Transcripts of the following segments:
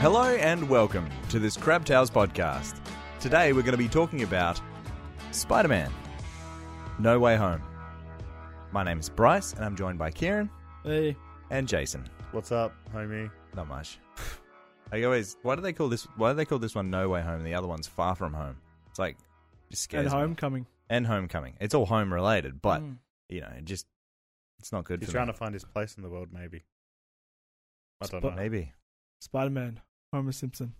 Hello and welcome to this Crab Towers podcast. Today we're going to be talking about Spider Man No Way Home. My name is Bryce and I'm joined by Kieran Hey, and Jason. what's up, homie? Not much. I always, why do they call this, why do they call this one No Way Home and the other one's Far From Home? It's like, just scares And me. homecoming. And Homecoming. It's all home related, but, Mm. you know, it just, it's not good He's for trying me. to find his place in the world, maybe. I don't Sp- know. Maybe. Spider-Man, Homer Simpson.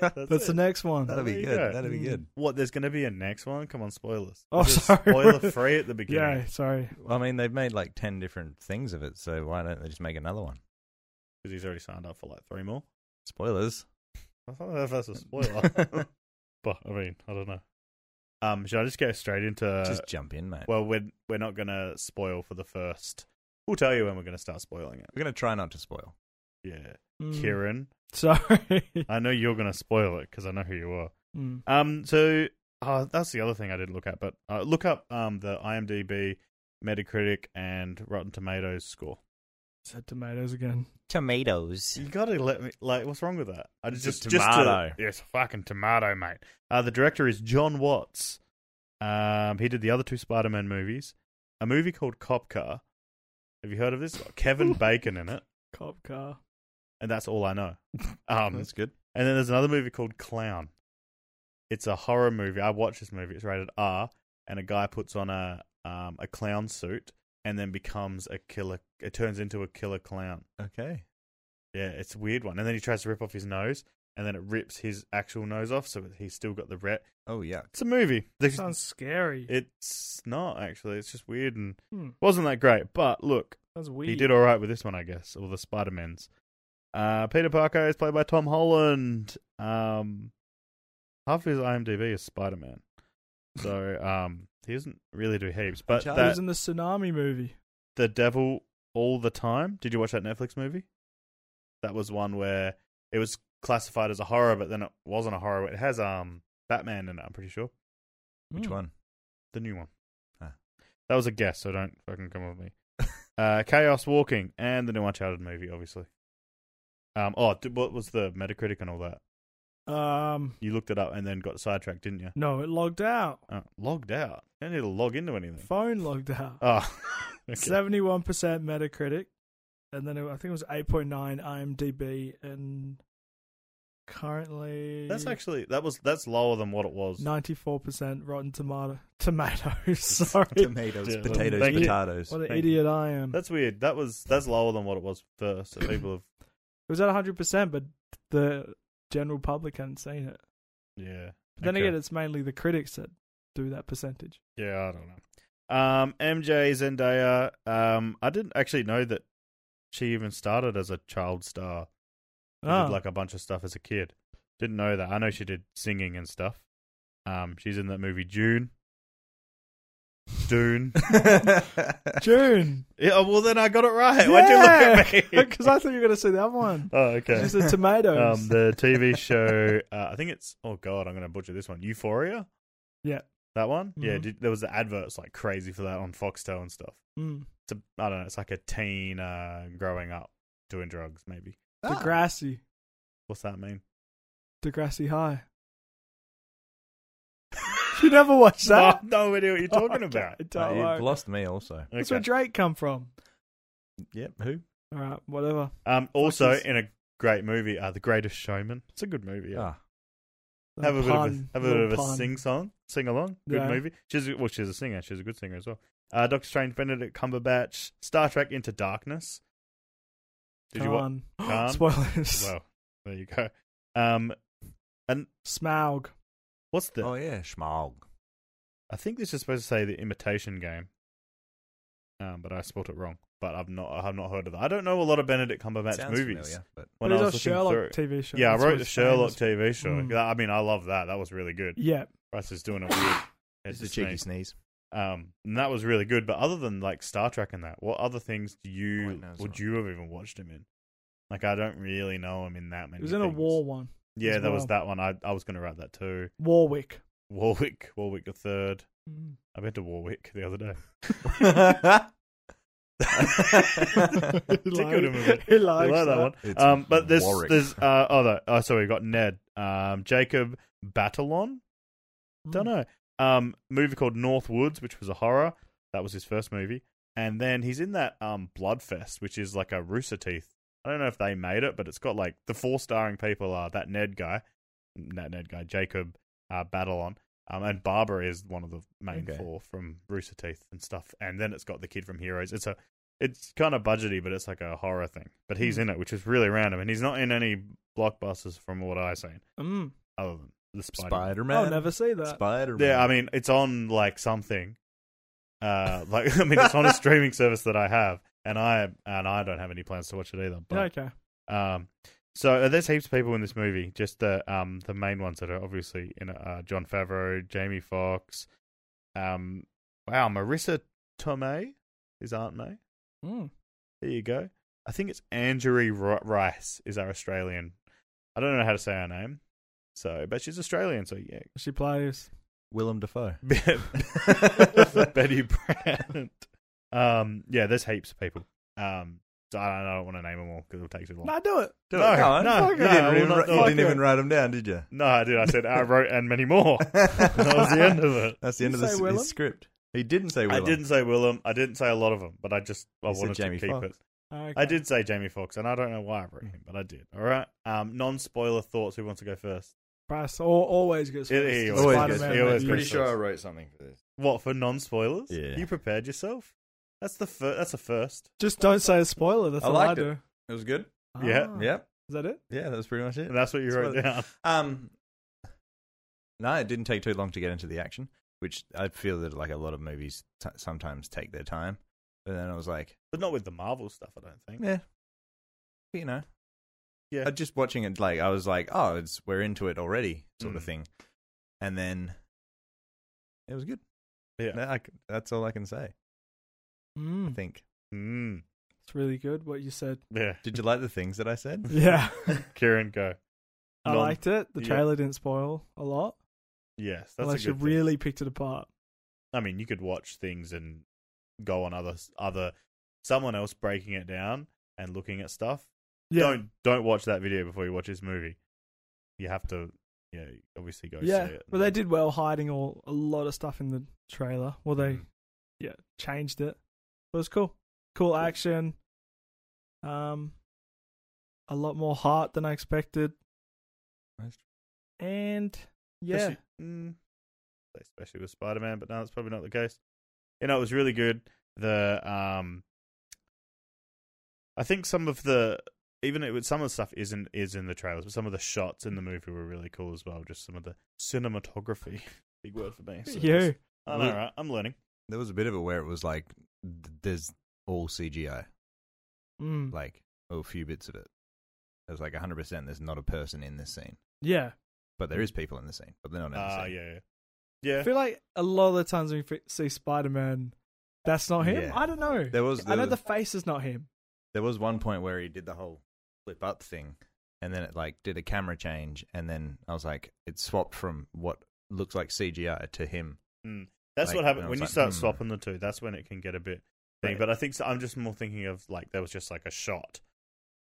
That'll That's the next one. That- be There good. you go. That'll be Mm. good. What? There's going to be a next one? Come on, spoilers. Oh, This is sorry. Spoiler free at the beginning. Yeah, sorry. Well, I mean, they've made like 10 different things of it, so why don't they just make another one? Because he's already signed up for like three more. Spoilers. I don't know if that's a spoiler, but I mean, I don't know. Um, should I just go straight into? just jump in, mate. Uh, well, we're we're not going to spoil for the first. We'll tell you when we're going to start spoiling it. We're going to try not to spoil. Yeah, Mm. Kieran, Sorry. I know you're going to spoil it because I know who you are. Mm. Um, so uh, that's the other thing I didn't look at, but uh, look up um the IMDb, Metacritic, and Rotten Tomatoes score. Said tomatoes again. Tomatoes. You gotta let me like. What's wrong with that? I It's a just tomato. Just a, yes, fucking tomato, mate. Uh, the director is John Watts. Um, he did the other two Spider-Man movies, a movie called Cop Car. Have you heard of this? It's got Kevin Bacon in it, Cop car. and that's all I know. Um, That's good. And then there's another movie called Clown. It's a horror movie. I watched this movie. It's rated R, and a guy puts on a um, a clown suit and then becomes a killer. It turns into a killer clown. Okay. Yeah, it's a weird one. And then he tries to rip off his nose, and then it rips his actual nose off, so he's still got the ret. Oh, yeah. It's a movie. This- Sounds scary. It's not actually. It's just weird and Hmm. wasn't that great. But look, Sounds weird. he did all right with this one, I guess, or the Spider Mans. Uh, Peter Parker is played by Tom Holland. Um, half his IMDb is Spider Man, so um, he doesn't really do heaps. But Charlie He that was in the tsunami movie. the Devil All the Time. Did you watch that Netflix movie? That was one where it was classified as a horror, but then it wasn't a horror. It has um Batman in it. I'm pretty sure Which Mm. Hmm. one? the new one. Ah. That was a guess, so don't fucking come with me. Uh, Chaos Walking and the new Uncharted movie, obviously. Um, oh, d- what was the Metacritic and all that? Um, You looked it up and then got sidetracked, didn't you? no, it logged out. Uh, logged out. You don't need to log into anything. Phone logged out. Oh, okay. Seventy-one percent Metacritic, and then it, I think it was eight point nine IMDb, and currently that's actually that was that's lower than what it was. ninety-four percent Rotten Tomato tomatoes. Sorry, Tomatoes, Yeah, potatoes, thank you. potatoes. What an Thank idiot I am. It That's weird. That was that's lower than what it was first. So people have was at 100%, but the general public hadn't seen it. yeah. But then Okay. again, it's mainly the critics that do that percentage. Yeah, I don't know. Um, MJ Zendaya. Um, I didn't actually know that she even started as a child star. She Ah, did like a bunch of stuff as a kid. Didn't know that. I know she did singing and stuff. Um, she's in that movie June. Dune. June! yeah. oh, Well, then I got it right. Why'd you look at me? Because I thought you were going to see that one. oh, okay. It's the tomatoes. Um, the TV show. Uh, I think it's. Oh God, I'm gonna butcher this one. Euphoria. Yeah. That one. Yeah. Mhm. Did, there was the adverts like crazy for that on Foxtel and stuff. Mm. it's a I don't know, it's like a teen uh, growing up doing drugs, maybe. Degrassi. What's that mean? Degrassi High. you never watched that? No, no idea what you're talking about. Okay, don't You've worry. lost me also. That's Okay. where Drake come from. Yep. Who? All right, whatever. Um, also, Fuckers. in a great movie, uh, The Greatest Showman. It's a good movie. Yeah. Ah, have a bit of a Pun, have a bit of little a pun. sing song, sing along. Good Yeah. movie. She's a- well, she's a singer. She's a good singer as well. Uh, Doctor Strange, Benedict Cumberbatch, Star Trek Into Darkness. Did you watch? Khan. Khan? Spoilers. Well, there you go. Um, Smaug. what's the? oh yeah, Schmaug. I think this is supposed to say the imitation game. Um, but I spelt it wrong. But I've not I have not heard of that. I don't know a lot of Benedict Cumberbatch Sounds movies. familiar, but When But I it's was a looking Sherlock through- TV show. yeah, That's I what wrote the it's Sherlock famous. TV show. Mm. That- I mean, I love that. That was really good. Yeah, Bryce is doing a weird. it's it's a cheeky sneeze. Um, and that was really good. But other than like Star Trek and that, what other things do you Wait, no, it's would not. you have even watched him in? Like, I don't really know him in that many. it was in a things. war one. Yeah, as there was well. that one. I I was going to write that too. Warwick. Mm. Warwick, Warwick the Third. I went to Warwick the other day. Tickled him a bit. He I likes like that one. It's Um, but there's Warwick. there's uh, oh, no, oh sorry, we got Ned, um, Jacob Batalon. Mm. Don't Hmm. know. Um, movie called North Woods, which was a horror. That was his first movie, and then he's in that um Bloodfest, which is like a Rooster Teeth. I don't know if they made it, but it's got like the four starring people are that Ned guy, that Ned guy, Jacob uh, Batalon. Um, and Barbara is one of the main Okay. four from Rooster Teeth and stuff. And then it's got the kid from Heroes. It's a it's kind of budgety, but it's like a horror thing. But he's in it, which is really random, and he's not in any blockbusters from what I've seen, Mm. other than the Spider. Spider Man. I'll never see that. Spider Man. Yeah, I mean, it's on like something, uh, like I mean, it's on a streaming service that I have, and I and I don't have any plans to watch it either. Yeah, But okay. um, so uh, there's heaps of people in this movie. Just the um the main ones that are obviously in it, uh, John Favreau, Jamie Fox, um, wow, Marissa Tomei is Aunt May. Mm. There you go. I think it's Angerie Ri- Rice is our Australian. I don't know how to say her name, so but she's Australian, so yeah. She plays. Willem Dafoe. Betty Brandt. Um, yeah, there's heaps of people. Um, so I don't, I don't want to name them all because it'll take too long. Nah, do it. Do No, it. Go on. no, you no, didn't, we'll even, not write- do you it. didn't even write them down, did you? No, I did. I said I wrote and many more. that That was the end of it. That's the You end of the, say s- Willem? his script. He didn't say I Willem. didn't say Willem. I didn't say a lot of them, but I just I You said wanted Jamie to keep Foxx. it. Okay. I did say Jamie Foxx, and I don't know why I wrote him, but I did. All right. Um, non spoiler thoughts. Who wants to go first? Price al- always goes Yeah, first. he in always Spider-Man goes- he always movies. goes Pretty first. sure I wrote something for this. What for non spoilers? Yeah. You prepared yourself. That's the first. That's a first. Just don't say a spoiler. That's I all I liked it. do. It was good. Yeah. Ah. Yep. Is that it? Yeah, that was pretty much it. And that's what you wrote Spoiler- down. Um, no, it didn't take too long to get into the action, which I feel that like a lot of movies t- sometimes take their time. But then I was like, But not with the Marvel stuff, I don't think. yeah, you know, Yeah. I just watching it like I was like, oh, it's we're into it already, sort of Mm. thing. And then it was good. Yeah. No, I c- that's all I can say. I Mm, think. Mm, it's really good what you said. yeah. Did you like the things that I said? Yeah. Kieran, go. I Non- liked it. The Yeah. trailer didn't spoil a lot. Yes, that's Unless a you good thing. really picked it apart. I mean, you could watch things and go on other other someone else breaking it down and looking at stuff. Yeah. Don't don't watch that video before you watch this movie. You have to, yeah, obviously go yeah. see it. But they did well hiding all a lot of stuff in the trailer. Well, they Mhm. yeah changed it. But it was cool. Cool action. Um, a lot more heart than I expected. Nice. And yeah, Especially, mm, especially with Spider Man, but no, that's probably not the case. You know, it was really good. The um, I think some of the even it, some of the stuff isn't is in the trailers, but some of the shots in the movie were really cool as well. Just some of the cinematography, big word for me. so you. just- I know, right? I'm learning. There was a bit of it where it was like, th- there's all CGI. Mm, like oh, a few bits of it. It was like 100% there's not a person in this scene. yeah. But there is people in the scene, but they're not in the Ah, scene. yeah, I yeah, yeah. feel like a lot of the times when we f- see Spider Man, that's not him. Yeah. I don't know. There was I there, know was, the face is not him. there was one point where he did the whole flip up thing and then it like did a camera change and then I was like it swapped from what looks like CGI to him. That's like, what and happened I was when you like, start hmm. swapping the two. That's when it can get a bit thing. Right. But I think so, I'm just more thinking of like there was just like a shot,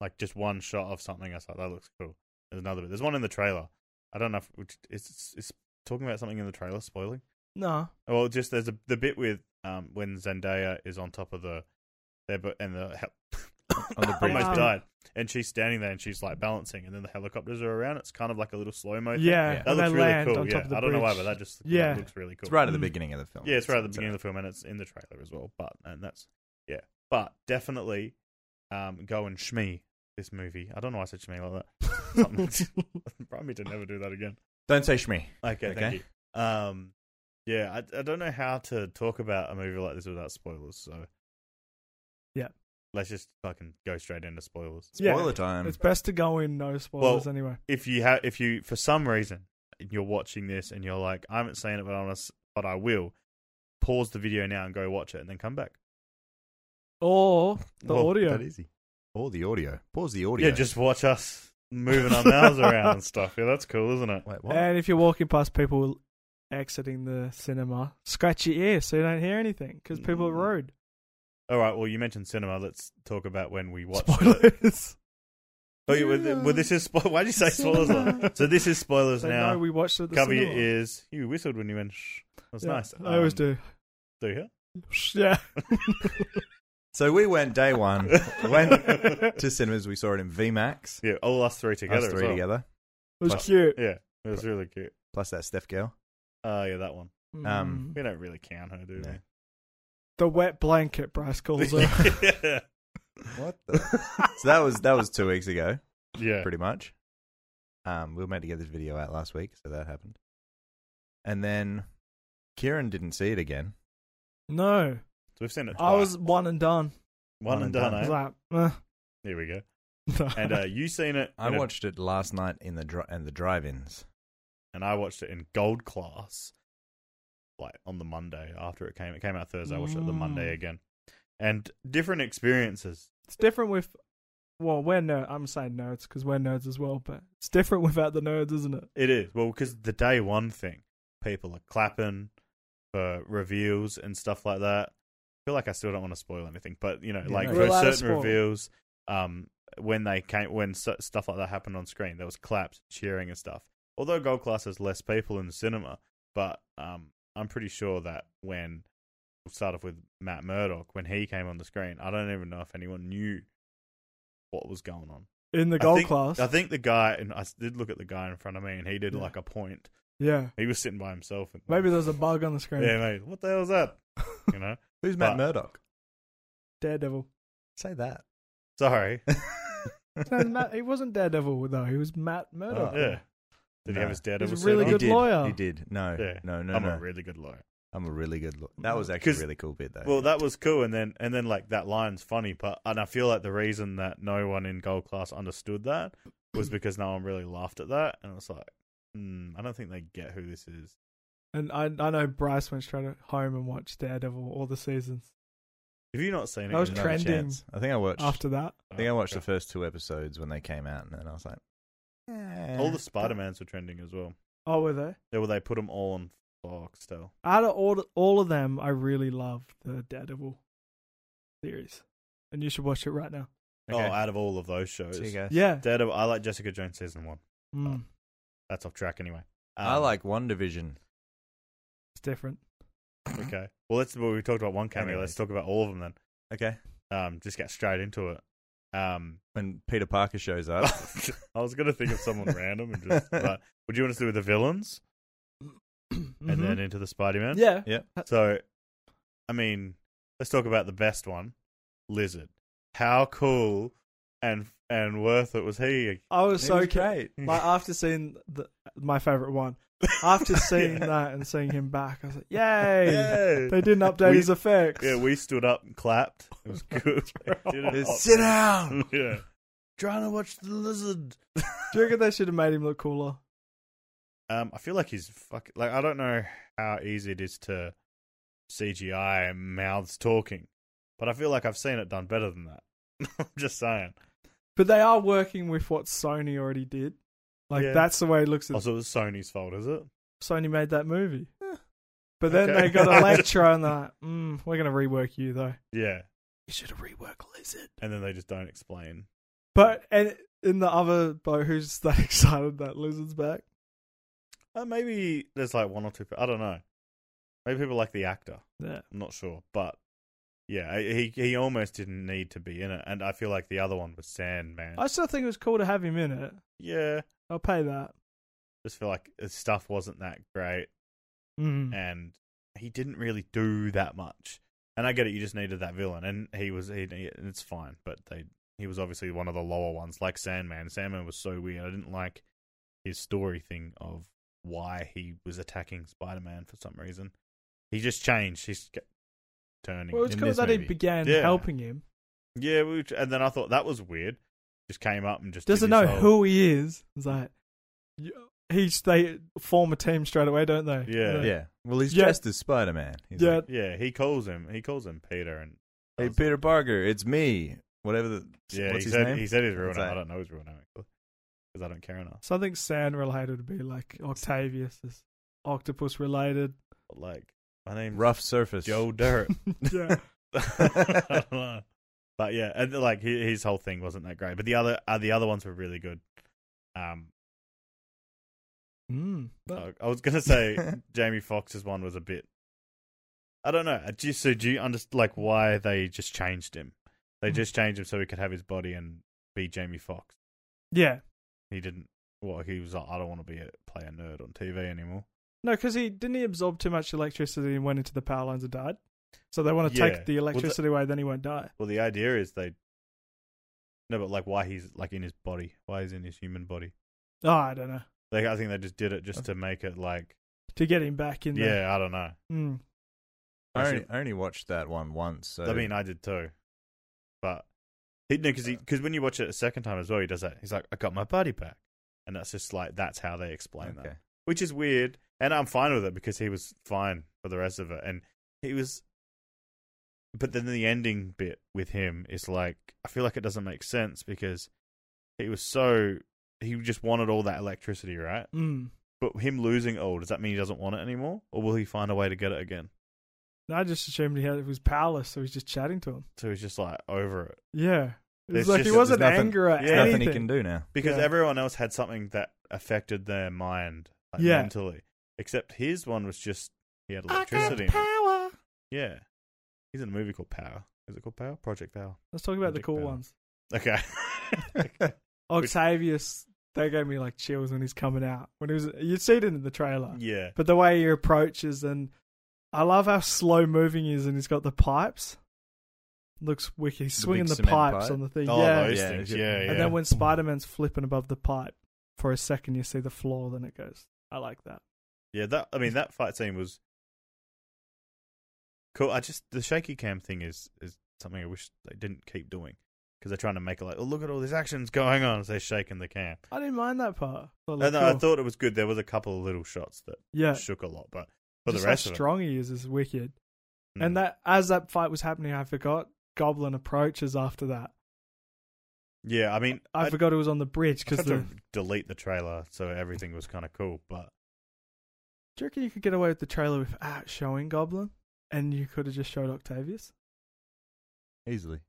like just one shot of something. I was like, that looks cool. There's another bit. There's one in the trailer. I don't know if which it's it's talking about something in the trailer. Spoiling. No. Well, just there's a, the bit with um when Zendaya is on top of the there, but and the hel- On the bridge. almost Wow. died, and she's standing there and she's like balancing, and then the helicopters are around. It's kind of like a little slow mo. thing. Yeah. Yeah. and That looks they really land cool. on yeah, top of the I don't know why, bridge. but that just that Yeah. looks really cool. It's right at the Mm. beginning of the film. Yeah, it's right at the It's beginning of the film, and it's in the trailer as well. But and that's yeah, but definitely, um, go and shmee this movie. I don't know why I said shmee like that. Something- Probably to never do that again. Don't say shmee. Okay, Okay. thank you. Um, yeah, I, I don't know how to talk about a movie like this without spoilers. So Yeah. let's just fucking go straight into spoilers. Yeah. Spoiler time. It's best to go in no spoilers anyway. if you have if you for some reason you're watching this and you're like I haven't seen it but I want to but I will pause the video now and go watch it and then come back. Or the Well, audio. That easy. Or the audio. Pause the audio. Yeah, just watch us moving our mouths around and stuff. Yeah, that's cool, isn't it? Wait, what? And if you're walking past people exiting the cinema, scratch your ear so you don't hear anything because people are Mm. rude. All right. Well, you mentioned cinema. Let's talk about when we watched. it. Spoilers. Oh, you, well, well, this is spo- why did you say spoilers? then? so this is spoilers They now. know we watched it. At the Cover your cinema. ears. You whistled when you went. Shh. That was Yeah, nice. I always Um, do. Do you? Yeah. So we went day Um, one When- to cinemas. We saw it in VMAX. Yeah, all us three us together. as three well. together. It was Plus- cute. Yeah, it was really cute. Plus that Steph girl. Oh, yeah, that one. Um, Mm. We don't really count her, do No. the wet blanket, Bryce calls we? it. yeah. What? The? so that was that was two weeks ago, Yeah. pretty much. Um, we were meant to get this video out last week, so that happened. And then Kieran didn't see it again. No, So we've seen it. I twice. was one and done. one and done. I was eh? like, eh. Here we go. No. And uh, you seen it? I in a- watched it last night in the dri- and the drive-ins. and I watched it in gold class, like on the Monday after it came. It came out Thursday. I watched it the Monday Mm. again, and different experiences. it's different with. Well, we're nerds. I'm saying nerds because we're nerds as well, but it's different without the nerds, isn't it? It is well because the day one thing, people are clapping for reveals and stuff like that. I feel like I still don't want to spoil anything, but you know, Yeah, like no. We're for allowed to certain spoil. reveals, um, when they came, when s- stuff like that happened on screen, there was claps, cheering, and stuff. Although gold class has less people in the cinema, but um, I'm pretty sure that when we'll start off with Matt Murdock when he came on the screen, I don't even know if anyone knew what was going on. In the I gold think- class. I think the guy, and I s- did look at the guy in front of me, and he did Yeah. like a point. yeah. He was sitting by himself. And, Maybe there's a bug on the screen. yeah, mate. What the hell is that? You know. Who's Matt But- Murdoch? Daredevil. Say that. Sorry. No, Matt, he wasn't Daredevil though. He was Matt Murdoch. Oh, yeah. Did he No. have his dad? He's a ever sit really on? he good did. lawyer. He did. No, Yeah. no, no, I'm no. a really good lawyer. I'm a really good. Lo- that was actually a 'Cause- really cool bit though. Well, that was cool, and then and then like that line's funny, but and I feel like the reason that no one in gold class understood that was because no one really laughed at that, and it's like, mm, I don't think they get who this is. And I I know Bryce went straight home and watched Daredevil all the seasons Have you not seen it? That was yet? Another trending chance. I think I watched. after that. I think I watched Okay. the first two episodes when they came out, and then I was like, eh. All the Spider Mans were trending as well. Oh, were they? Yeah, well, they put them all on Fox still. Out of all all of them, I really love the Daredevil series, and you should watch it right now. Okay. Oh, out of all of those shows, See you guys. Yeah, Daredevil. I like Jessica Jones season one. Mm, That's off track anyway. I Um, like One Division. it's different. Okay. Well, let's. Well, we talked about one cameo. Anyway. Let's talk about all of them then. Okay, Um, just get straight into it. Um, when Peter Parker shows up. I was gonna think of someone random and just. But would you want us to do the villains and then Mhm. into the Spider Man? yeah, Yeah. So, I mean, let's talk about the best one, Lizard. How cool and and worth it was he? I was It so was ca- great. Like after seeing the, my favorite one, after seeing that and seeing him back, I was like, "Yay!" Yeah. They didn't update We- his effects. Yeah, we stood up and clapped. It was good. Did it Just up. sit down. yeah. Trying to watch the lizard. Do you reckon they should have made him look cooler? Um, I feel like he's fuck. Like I don't know how easy it is to CGI mouths talking, but I feel like I've seen it done better than that. I'm just saying. But they are working with what Sony already did. Like Yeah. that's the way it looks. At, Also, it was Sony's fault, is it? Sony made that movie. But then Okay. they got Electro and they're like, mm, we're gonna rework you though. Yeah. You should have reworked Lizard. And then they just don't explain. But and in the other boat, who's that excited that Lizard's back? Uh, maybe there's like one or two. pe- I don't know. Maybe people like the actor. Yeah. I'm not sure, but yeah, he he almost didn't need to be in it, and I feel like the other one was Sandman. I still think it was cool to have him in it. yeah, I'll pay that. just feel like his stuff wasn't that great. Mm. and he didn't really do that much. And I get it, you just needed that villain, and he was, he, he- it's fine. But they, he was obviously one of the lower ones, like Sandman. Sandman was so weird. I didn't like his story thing of why he was attacking Spider-Man for some reason. He just changed. He's kept turning. Well, it's in cool this that he movie. began Yeah. helping him. yeah, which, and then I thought that was weird. Just came up and just did Doesn't his know whole- who he is. It's like you- he's they form a team straight away, don't they? Yeah. Like, Yeah. Well, he's Yeah. dressed as Spider Man. Yeah. Yeah, he calls him. He calls him Peter, and hey, Peter Parker, it's me. Whatever the. Yeah, what's his he said name? he said his real What's name. that? I don't know his real name because I don't care enough. Something sand related would be like Octavius is octopus related. Like my name's Rough Surface. Joe Dirt. yeah. I don't know. But yeah, and like he, his whole thing wasn't that great, but the other uh, the other ones were really good. Um, Mm. But I- I was gonna say Jamie Foxx's one was a bit. I don't know. Do you, so do you understand like why they just changed him? They Hmm. just changed him so he could have his body and be Jamie Foxx. yeah, He didn't. Well, he was like, I don't want to be a play a nerd on TV anymore. no, because he didn't he absorb too much electricity and went into the power lines and died. So they want to Yeah. take the Well, the- electricity away, then he won't die. Well, the idea is they. No, but like why he's like in his body? Why he's in his human body? Oh, I don't know. Like I think they just did it just to make it like. To get him back in there. Yeah, I don't know. Mm. I only, Actually- I only watched that one once. So I mean, I did too, but he no because because when you watch it a second time as well, he does that. He's like, "I got my body back," and that's just like that's how they explain Okay. that, which is weird. And I'm fine with it because he was fine for the rest of it, and he was. But then the ending bit with him is like I feel like it doesn't make sense because he was so he just wanted all that electricity, right? Mm. But him losing it all does that mean he doesn't want it anymore, or will he find a way to get it again? No, I just assumed he, had, he was powerless, so he's just chatting to him. So he's just like over it. Yeah. There's It's like just- he there's wasn't nothing- angry at there's there's anything. nothing he can do now. because Yeah. everyone else had something that affected their mind like, Yeah. mentally except his one was just he had I got electricity in it. power. yeah he's in a movie called power is it called power project power Let's talk about the Magic cool power. ones. okay Octavius, they gave me like chills when he's coming out. When he was, you'd see it in the trailer, yeah but the way he approaches and I love how slow moving he is, and he's got the pipes. Looks wicked. He's The swinging big the cement pipes pipe? on the thing. oh yeah, those Yeah, things yeah. yeah, yeah and then when Spider Man's flipping above the pipe for a second, you see the floor, then it goes. I like that. yeah that i mean that fight scene was cool i just the shaky cam thing is is something i wish they didn't keep doing because they're trying to make it like oh look at all these actions going on as they're shaking the cam I didn't mind that part. I thought it and looked i cool. thought it was good there was a couple of little shots that yeah, shook a lot but for Uh, just the rest how of it strong he is is wicked. Mm. And that as that fight was happening, I forgot Goblin approaches after that. yeah, I mean, I, I, forgot it was on the bridge I because had the. to delete the trailer, so everything was kind of cool. But Do you reckon you could get away with the trailer without showing Goblin, and you could have just showed Octavius? Easily.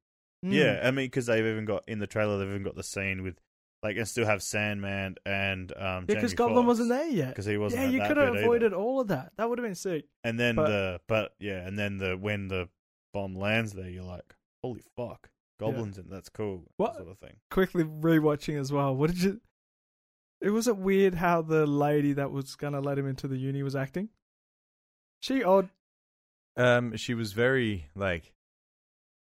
Mm. yeah, I mean, because they've even got in the trailer, they've even got the scene with like, and still have Sandman and um, yeah, because Goblin wasn't there yet. because he wasn't. Yeah, at you that could have bit avoided Either. all of that. That would have been sick. And then but- the but yeah, and then the when the bomb lands there, you're like, holy fuck, goblins! in that's cool. What- sort of thing? Quickly rewatching as well. What did you? It wasn't weird how the lady that was gonna let him into the uni was acting. She odd. Um, she was very like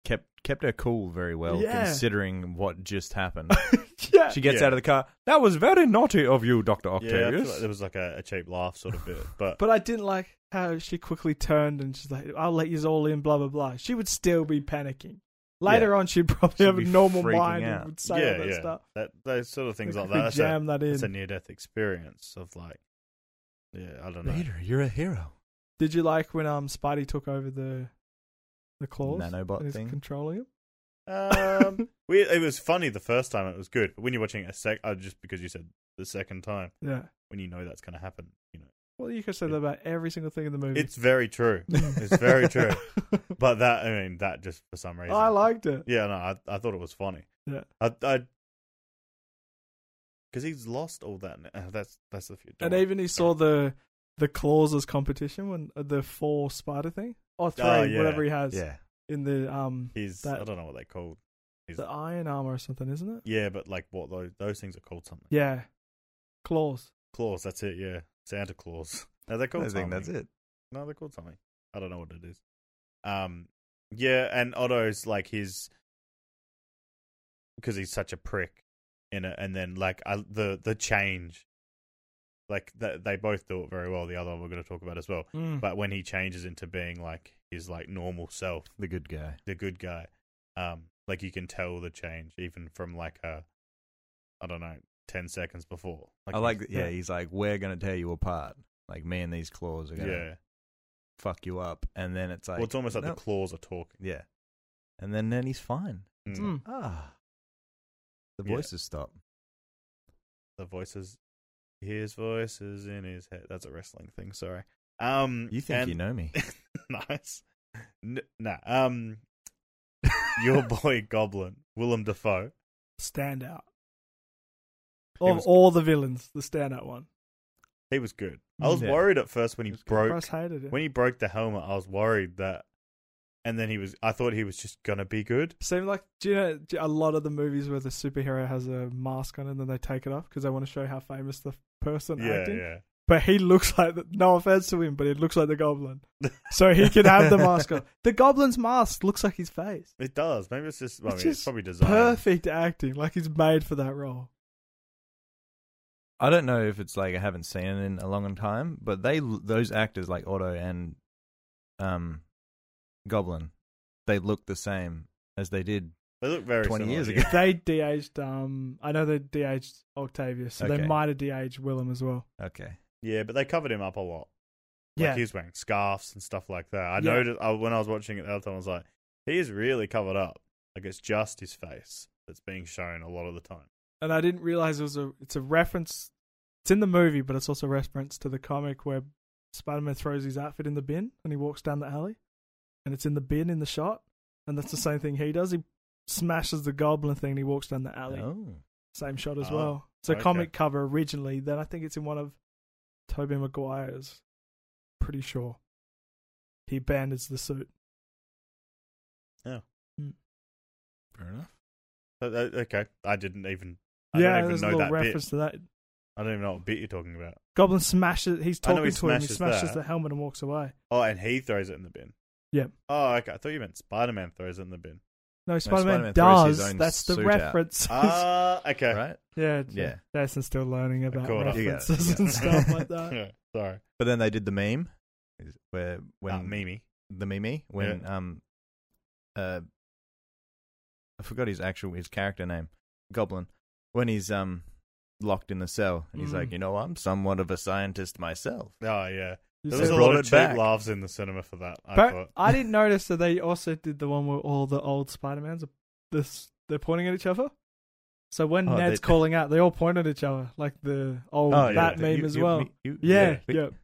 kept kept her cool very well Yeah. considering what just happened. yeah. she gets Yeah. out of the car. That was very naughty of you, Doctor Yeah, I feel Octavius. like there was like a, a cheap laugh sort of bit, but, But I didn't like how she quickly turned and she's like, "I'll let you all in," blah blah blah. She would still be panicking. Later on, she'd probably She'd have a be normal freaking mind out. and would say all yeah, that yeah, stuff. that those sort of things They like that. quickly That's a- Jam that in. it's a near death experience of like yeah i don't know Peter, you're a hero. Did you like when um Spidey took over the the claws and Nanobot he's thing. controlling him? um we, it was funny the first time it was good but when you're watching it a sec uh, just because you said the second time yeah. when you know that's going to happen you know Well, you could say that about every single thing in the movie. it's very true it's very true but that i mean that just for some reason I liked it. yeah no i, I thought it was funny Yeah. i i because he's lost all that now. Uh, that's that's the future And even he saw the the claws as competition when uh, the four spider thing or three, Oh, yeah. whatever he has Yeah. in the um he's that- i don't know what they called He's- the iron armor or something, isn't it? yeah but like what those those things are called something Yeah, claws. claus that's it yeah santa claus no they're called I think that's something. it. No, they're called something. I don't know what it is. Um, yeah, and Otto's like his because he's such a prick in it, and then like I, the the change, like th- they both do it very well. The other one we're going to talk about as well, Hmm. but when he changes into being like his like normal self, The good guy. the good guy, um, like you can tell the change even from like a, I don't know, ten seconds before. I like he's- that. Yeah, yeah. he's like, we're gonna tear you apart. Like me and these claws are yeah. gonna fuck you up. And then it's like, well, it's almost like no. the claws are talking. yeah. And then then he's fine. Mm. Mm. Ah, the Yeah. voices stop. the voices he hears voices in his head that's a wrestling thing sorry um You think and- you know me? nice N- nah um your boy Goblin, Willem Dafoe. Standout. He Of was- all the villains, the standout one. He was good. I was Yeah. worried at first when he, He was good. broke Bryce hated it. when he broke the helmet. I was worried that, and then he was. I thought he was just gonna be good. Same like do you know do- a lot of the movies where the superhero has a mask on and then they take it off because they want to show how famous the person yeah, acting. yeah. But he looks like the, no offense to him, but he looks like the Goblin, so he can have the mask on. The Goblin's mask looks like his face. It does. Maybe it's just. Well, It's I mean, it's just probably designed. Perfect acting, like he's made for that role. I don't know if it's like I haven't seen it in a long time, but they those actors like Otto and um Goblin, they look the same as they did. They look very 20 similar, years yeah. ago. They de-aged. Um, I know they de-aged Octavius, so they Okay. might have de-aged Willem as well. Okay, Yeah, but they covered him up a lot. Like yeah, he was wearing scarves and stuff like that. I Yeah. noticed I, when I was watching it the other time, I was like, he is really covered up. Like it's just his face that's being shown a lot of the time. and I didn't realize it was a. It's a reference. It's in the movie, but it's also a reference to the comic where Spider-Man throws his outfit in the bin and he walks down the alley, and it's in the bin in the shot, and that's the same thing he does. He smashes the goblin thing and he walks down the alley. oh, Same shot as Oh, well. It's a okay. comic cover originally. Then I think it's in one of Tobey Maguire's. Pretty sure. He bandaged the suit. fair enough. Uh, uh, okay, I didn't even. I yeah, don't even there's a know little that reference bit. to that. I don't even know what bit you're talking about. Goblin smashes. He's I know talking he to him. He smashes smashes that. the helmet and walks away. Oh, and he throws it in the bin. Yeah. Oh, okay. I thought you meant Spider Man throws it in the bin. No, Spider-Man Spider-Man, throws his does. own That's the suit out. reference. Ah, okay. Right, yeah, yeah. yeah. Jason's still learning about caught up. You got it. references Yeah. and stuff like that. Yeah, Sorry. Um, But then they did the meme, is- where when When Mimi. the meme when um uh I forgot his actual his character name Goblin when he's um locked in the cell and he's Mm. like you know I'm somewhat of a scientist myself. Oh, yeah. You There They was said- a brought lot of it cheap back. laughs in the cinema for that. I but thought. I didn't notice that they also did the one where all the old Spider-Mans are this, they're pointing at each other. So when Oh, Ned's they- calling out, they all point at each other, like the old Oh, yeah, Bat the- meme you- as you- well. me- you- yeah, yeah. yeah.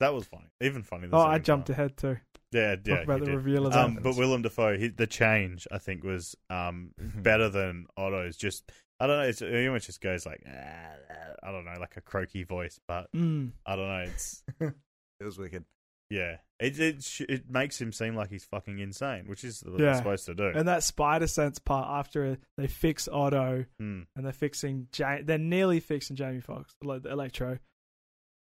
That was funny. Even funny. the Oh, I second jumped time. ahead too. Yeah, yeah. about the you did. reveal of Um, that. but Willem Dafoe, he, the change I think was um, better than Otto's. Just I don't know. It's, he almost just goes like "Ah, ah," I don't know, like a croaky voice. But Mm. I don't know. It's It was wicked. yeah. It it sh- it makes him seem like he's fucking insane, which is what Yeah. he's supposed to do. And that spider sense part after they fix Otto Hmm. and they're fixing ja- they're nearly fixing Jamie Fox like the Electro,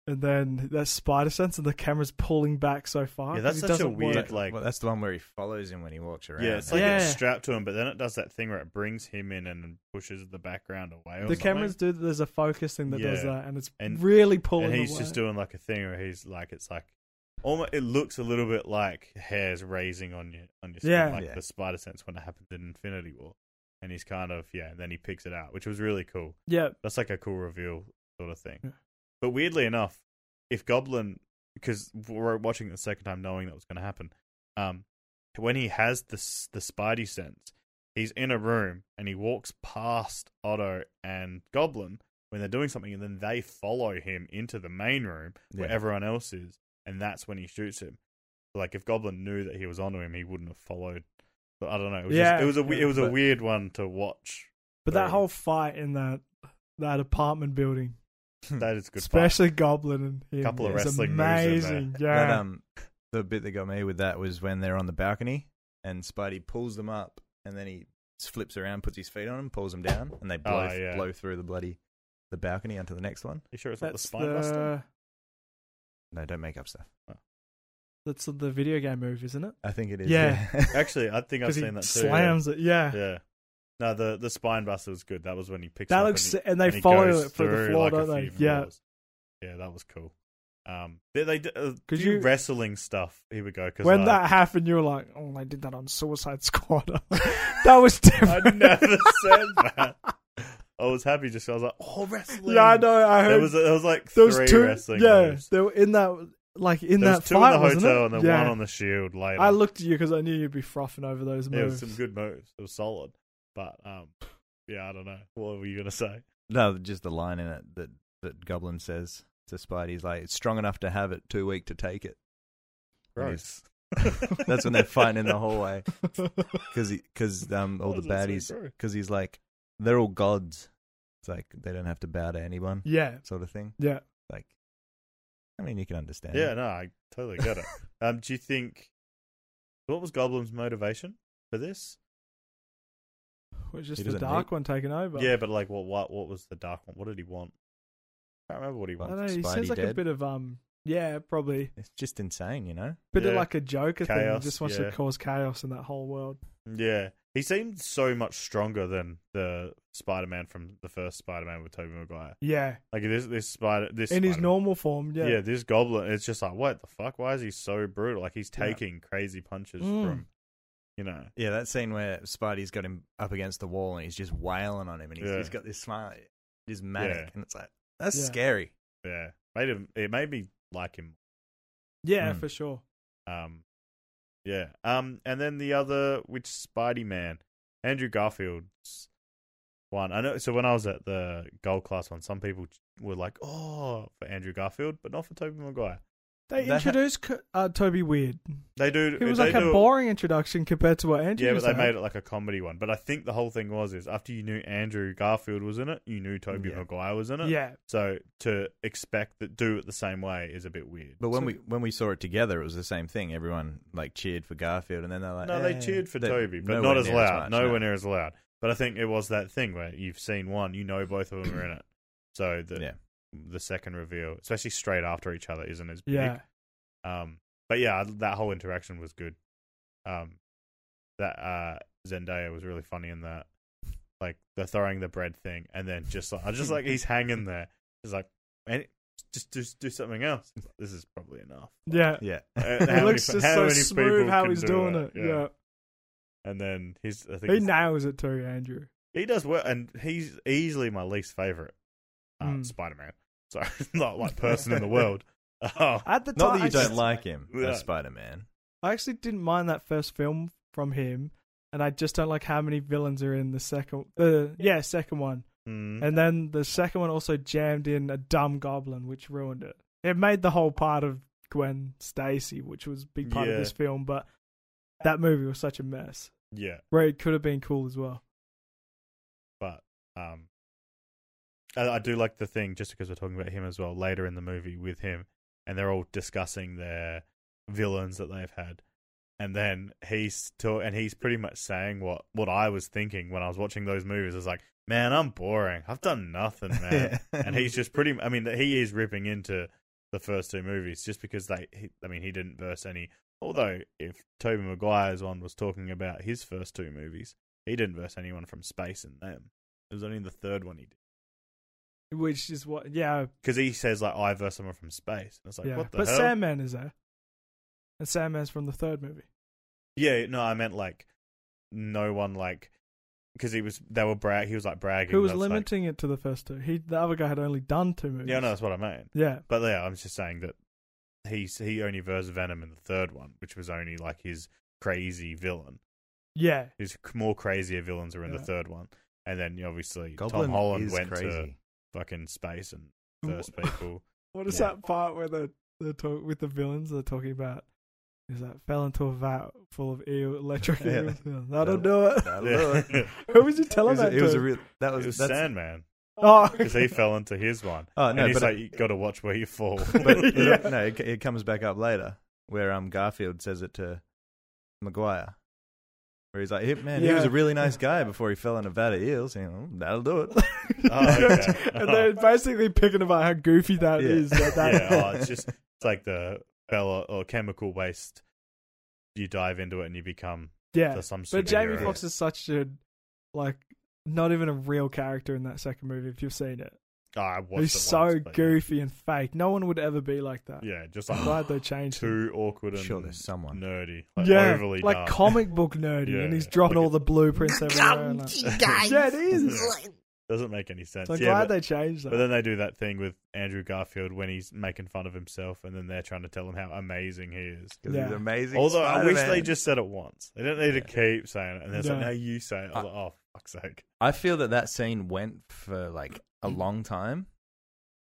and then that spider sense and the camera's pulling back so far. Yeah, that's 'cause it such a doesn't weird work. like. well, that's the one where he follows him when he walks around. yeah, it's like Yeah. it's strapped to him, but then it does that thing where it brings him in and pushes the background away. The Or something. cameras do there's a focus thing that does Yeah. that, and it's And- really pulling. and he's away. just doing like a thing where he's like it's like almost it looks a little bit like hairs raising on your on your skin, Yeah. like Yeah. the spider sense when it happened in Infinity War. And he's kind of yeah, and then he picks it out, which was really cool. yeah. That's like a cool reveal sort of thing. Yeah. But weirdly enough, if Goblin because we're watching it the second time knowing that was going to happen, um, when he has the s- the Spidey sense, he's in a room and he walks past Otto and Goblin when they're doing something, and then they follow him into the main room where Yeah. everyone else is, and that's when he shoots him. Like if Goblin knew that he was onto him, he wouldn't have followed. But I don't know. It was, Yeah. just, it was a we- it was a But- weird one to watch. But that Um, whole fight in that that apartment building, That is a good. fight. Hmm. especially Goblin and him, Couple of is wrestling moves in there. amazing. That, Yeah, um, the bit that got me with that was when they're on the balcony and Spidey pulls them up and then he flips around, puts his feet on them, pulls them down, and they blow, Oh, yeah. blow through the bloody the balcony onto the next one. You sure it's not the that's spine buster? the No, don't make up stuff. that's the video game move, isn't it? I think it is. Yeah. Actually, I think I've uh, Because he seen that too. yeah. slams it. Yeah, Yeah. No, the the spine buster was good. That was when he picks that up looks, and, and, he, they and he follow goes it for the through, floor, like, a don't they? few Yeah, floors. Yeah, that was cool. Um, they they d- uh, do 'Cause you- wrestling stuff. Here we go. 'cause When I, that happened, you were like, "Oh, they did that on Suicide Squad." that was I different. never said that. I was happy. Just I was like, oh, wrestling. yeah, I know. I heard There was there was like there three was two. wrestling. yeah, moves. they were in that like in there that was two fight, in the wasn't hotel it? and then yeah. one on the shield later. I looked at you because I knew you'd be frothing over those It was moves. some good moves. It was solid, but um, yeah, I don't know. What were you gonna say? No, just the line in it that, that Goblin says to Spidey. He's like, it's strong enough to have it, too weak to take it. And he's- That's when they're fighting in the hallway because because um all the baddies because he's like they're all gods. It's like they don't have to bow to anyone, yeah, sort of thing. yeah. Like, I mean, you can understand. Yeah, it. no, I totally get it. um, do you think what was Goblin's motivation for this? It was just He the doesn't dark one taken over. yeah, but like, what, what, what was the dark one? What did he want? I can't remember what he I wanted. don't know. He Spidey sounds like a dead. bit of um, yeah, probably it's just insane, you know. bit of Yeah. like a Joker thing. He Chaos, just wants yeah. to cause chaos in that whole world. Yeah, he seemed so much stronger than the Spider-Man from the first Spider-Man with Tobey Maguire. Yeah, Like this, this spider, this in his Spider-Man- normal form. Yeah, Yeah. this goblin, it's just like, what the fuck? Why is he so brutal? Like he's Yeah. taking crazy punches Mm. from, you know, Yeah, that scene where Spidey's got him up against the wall and he's just wailing on him, and he's, Yeah. he's got this smile, this manic, Yeah. and it's like that's Yeah. scary. yeah, made him. It made me like him. yeah, Mm. for sure. Um, yeah. Um, and then the other, which Spidey Man, Andrew Garfield's one. I know. So when I was at the gold class one, some people were like, oh, for Andrew Garfield, but not for Tobey Maguire. They That ha- introduced Co- uh, Toby Weird. They do. It was they like do a it- boring introduction compared to what Andrew. Yeah, but just they had. made it like a comedy one. But I think the whole thing was is after you knew Andrew Garfield was in it, you knew Toby Yeah. Maguire was in it. Yeah, So to expect that do it the same way is a bit weird. But when So- we when we saw it together, it was the same thing. Everyone like cheered for Garfield, and then they're like, no, they "Eh." cheered for They- Toby, but nowhere not as near loud. much, nowhere no. near as loud. But I think it was that thing where you've seen one, you know both of them are in it. So the Yeah. the second reveal, especially straight after each other, isn't as big. yeah, Um, but yeah, that whole interaction was good. Um, that uh, Zendaya was really funny in that, like the throwing the bread thing, and then just like I just like he's hanging there, he's like, "Man, just just do something else. This is probably enough. yeah. "Eh, Yeah, Uh, It how looks many- just how so many smooth people how can he's do doing that? it. Yeah, and then he's I think he it's- nails it too, Andrew. he does well, and he's easily my least favorite uh, Mm. Spider Man. So not like person in the world. Oh, At the not time, that you don't I just- like him Yeah. as Spider Man. I actually didn't mind that first film from him, and I just don't like how many villains are in the second. The yeah, second one, mm. and then the second one also jammed in a dumb goblin, which ruined it. It made the whole part of Gwen Stacy, which was a big part Yeah. of this film, but that movie was such a mess. yeah, Where it could have been cool as well. but um, I, I do like the thing just because we're talking about him as well later in the movie with him, and they're all discussing their villains that they've had, and then he's to, and he's pretty much saying what what I was thinking when I was watching those movies. Is like, man, I'm boring. I've done nothing, man. and he's just pretty. I mean, he is ripping into the first two movies just because they. He, I mean, he didn't verse any. Although, if Toby Maguire's one was talking about his first two movies, he didn't verse anyone from space in them. It was only the third one he did Which is what, yeah, because he says like, "I verse someone from space." And it's like, yeah. what the but hell? Sandman is there, and Sandman's from the third movie. yeah, no, I meant like no one like because he was they were brag. He was like bragging. Who was that's, like- limiting it to the first two? He, the other guy, had only done two movies. yeah, no, that's what I meant. yeah, But yeah, I'm just saying that he he only versed Venom in the third one, which was only like his crazy villain. yeah. His c- more crazier villains are in the Yeah. third one, and then you know, obviously Goblin Tom Holland is went to crazy. fucking space and Wha- first people. What is Yeah. that part where the the talk with the villains they're talking about? Is that fell into a vat full of eel, electric Yeah. eels? Yeah, That'll do it. That'll do yeah. it. it Who was you It telling was, that a- it was to? a real. That was, was that's, Sandman oh, because he fell into his one. Oh no, and he's but like, you got to watch where you fall. but Yeah. no, it, it comes back up later where um Garfield says it to Maguire, where he's like, hey, "Man, he was Yeah. a really nice guy before he fell in a vat of eels. You know, that'll do it." Oh, okay. and they're basically picking about how goofy that Yeah. is. That, that- yeah, oh, it's just it's like the fella or chemical waste. You dive into it and you become yeah. some. But Jamie superhero. Foxx is such a like not even a real character in that second movie. If you've seen it, Oh, I watched he's it so once, but yeah. goofy and fake. No one would ever be like that. Yeah, just I'm glad like they changed. him. too awkward and Sure, there's someone. nerdy, like yeah, overly like dark. comic book nerdy, Yeah, and he's yeah. dropping Like all the blueprints everywhere. and, like- Yeah, it is. Yeah. Doesn't make any sense. So I'm yeah, glad but, they changed that. but then they do that thing with Andrew Garfield when he's making fun of himself, and then they're trying to tell him how amazing he is. 'Cause Yeah. he's amazing. Although I wish Spider-Man. they just said it once. They don't need to keep saying it. And it's like, Yeah. no, you say it. I was I- like, oh, fuck's sake. I feel that that scene went for like a long time,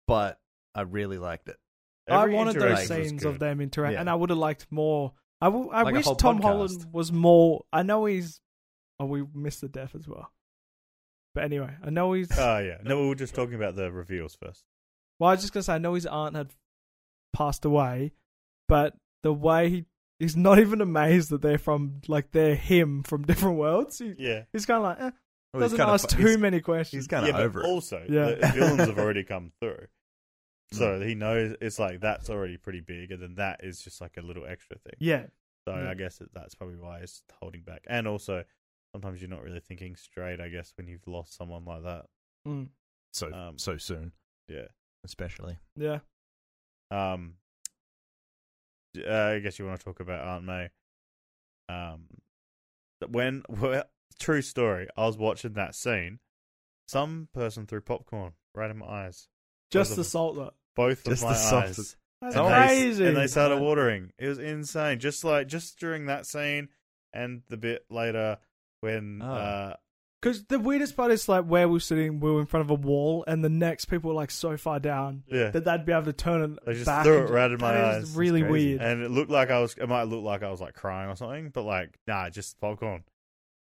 but I really liked it. I Every wanted those interaction was scenes of good. them interacting, Yeah. and I would have liked more I, w- I Like a wish whole Tom podcast. Holland was more. I know he's. Oh, we missed the death as well. But anyway, I know he's. Oh, yeah. No, we were just talking about the reveals first. Well, I was just gonna say I know his aunt had passed away, but the way he he's not even amazed that they're from like they're him from different worlds. He, Yeah. He's kind of like eh, Well, he's doesn't kinda ask fu- too he's- many He's questions. kind yeah, of over but it. also, Yeah. the villains have already come through. Mm. So he knows it's like that's already pretty big, and then that is just like a little extra thing. Yeah, So Yeah. I guess that that's probably why it's holding back. And also, sometimes you're not really thinking straight. I guess when you've lost someone like that. Mm. so um, so soon, Yeah. especially. yeah. Um. uh, I guess you want to talk about Aunt May. Um. that When well, true story, I was watching that scene. Some person threw popcorn right in my eyes. Just of the them. salt though. Both Just of the my softest- eyes. That's Oh, and crazy. They, and they started watering. It was insane. Just like just during that scene and the bit later when Oh. uh Because the weirdest part is like where we're sitting, we were in front of a wall, and the next people were like so far down yeah, that they'd be able to turn they it just back. threw and it right in my that eyes. is really That's crazy. weird. and it looked like I was it might look like I was like crying or something, but like nah, just popcorn.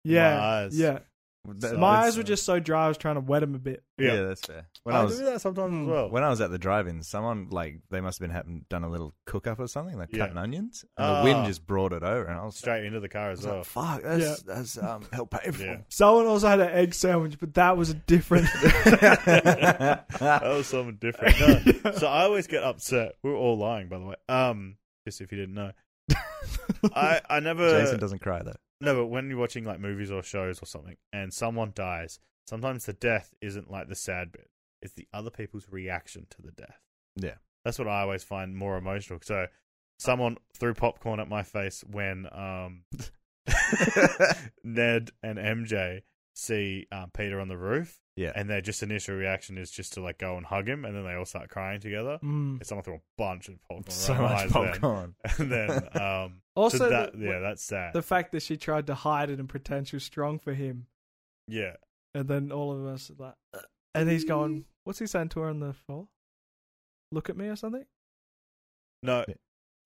yeah, my eyes. yeah. That- So my that's- eyes were just so dry. I was trying to wet them a bit. yeah. Yeah. that's fair. When When I, I was do that sometimes as Hmm. well. when I was at the drive-in, someone like they must have been having done a little cook-up or something, like Yeah. cutting onions, and the wind Ah. just brought it over, and I was Straight into the car I as was well. like, "Fuck, that's that's um, hell painful." Yeah. Someone also had an egg sandwich, but that was a different. that was something different. No. So I always get upset. We're all lying, by the way. Um, just if you didn't know, I I never Jason doesn't cry though. No, but when you're watching like movies or shows or something and someone dies, sometimes the death isn't like the sad bit. It's the other people's reaction to the death. Yeah. That's what I always find more emotional. So someone threw popcorn at my face when um Ned and MJ see um, Peter on the roof Yeah, and their just initial reaction is just to like go and hug him and then they all start crying together. Mm. And someone threw a bunch of popcorn so right in my much eyes then. popcorn. And then um so Also, that, the, yeah, that's sad. the fact that she tried to hide it and pretend she was strong for him, yeah. and then all of us are like, "Ugh." and he's going, "What's he saying to her on the phone? Look at me or something?" No, Yeah.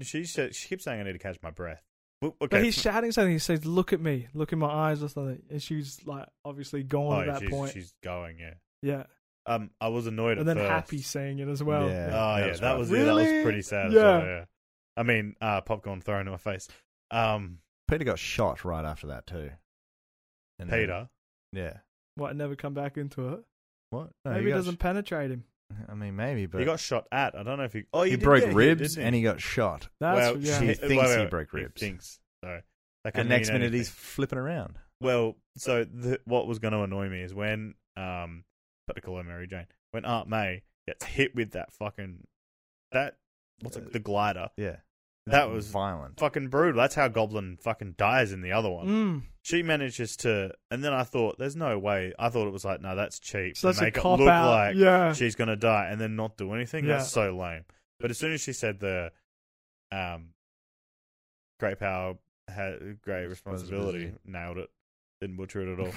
she said she keeps saying I need to catch my breath. Well, Okay, But he's shouting something. He says, "Look at me, look in my eyes" or something, and she's like, obviously gone oh, at that she's, point. she's going. Yeah. yeah, Um, I was annoyed and at then first. happy saying it as well. Oh Yeah. yeah, That that was rough. was, yeah, that Really? was pretty sad. as well, Yeah. yeah. I mean, uh, popcorn thrown in my face. Um, Peter got shot right after that too. And then- Peter. yeah. What? and Never come back into it. What? No, Maybe he it got doesn't penetrate him. sh- I mean, maybe, but he got shot at. I don't know if he. Oh, he you broke ribs and he got shot. That's well, yeah. she- He thinks he wait, broke ribs. He thinks. Sorry. That could And next mean minute he's anything. flipping around. Well, so the, what was going to annoy me is when, um, but to call her Mary Jane, when Aunt May gets hit with that fucking that what's it, the glider. Yeah, That was violent. fucking brutal. That's how Goblin fucking dies in the other one. Mm. She manages to, and then I thought, there's no way. I thought it was like, no, that's cheap. So to that's a make it cop look out. like yeah. she's gonna die and then not do anything. Yeah. That's so lame. But as soon as she said the, um, great power, ha- great responsibility, Responsibility. nailed it. Didn't butcher it at all.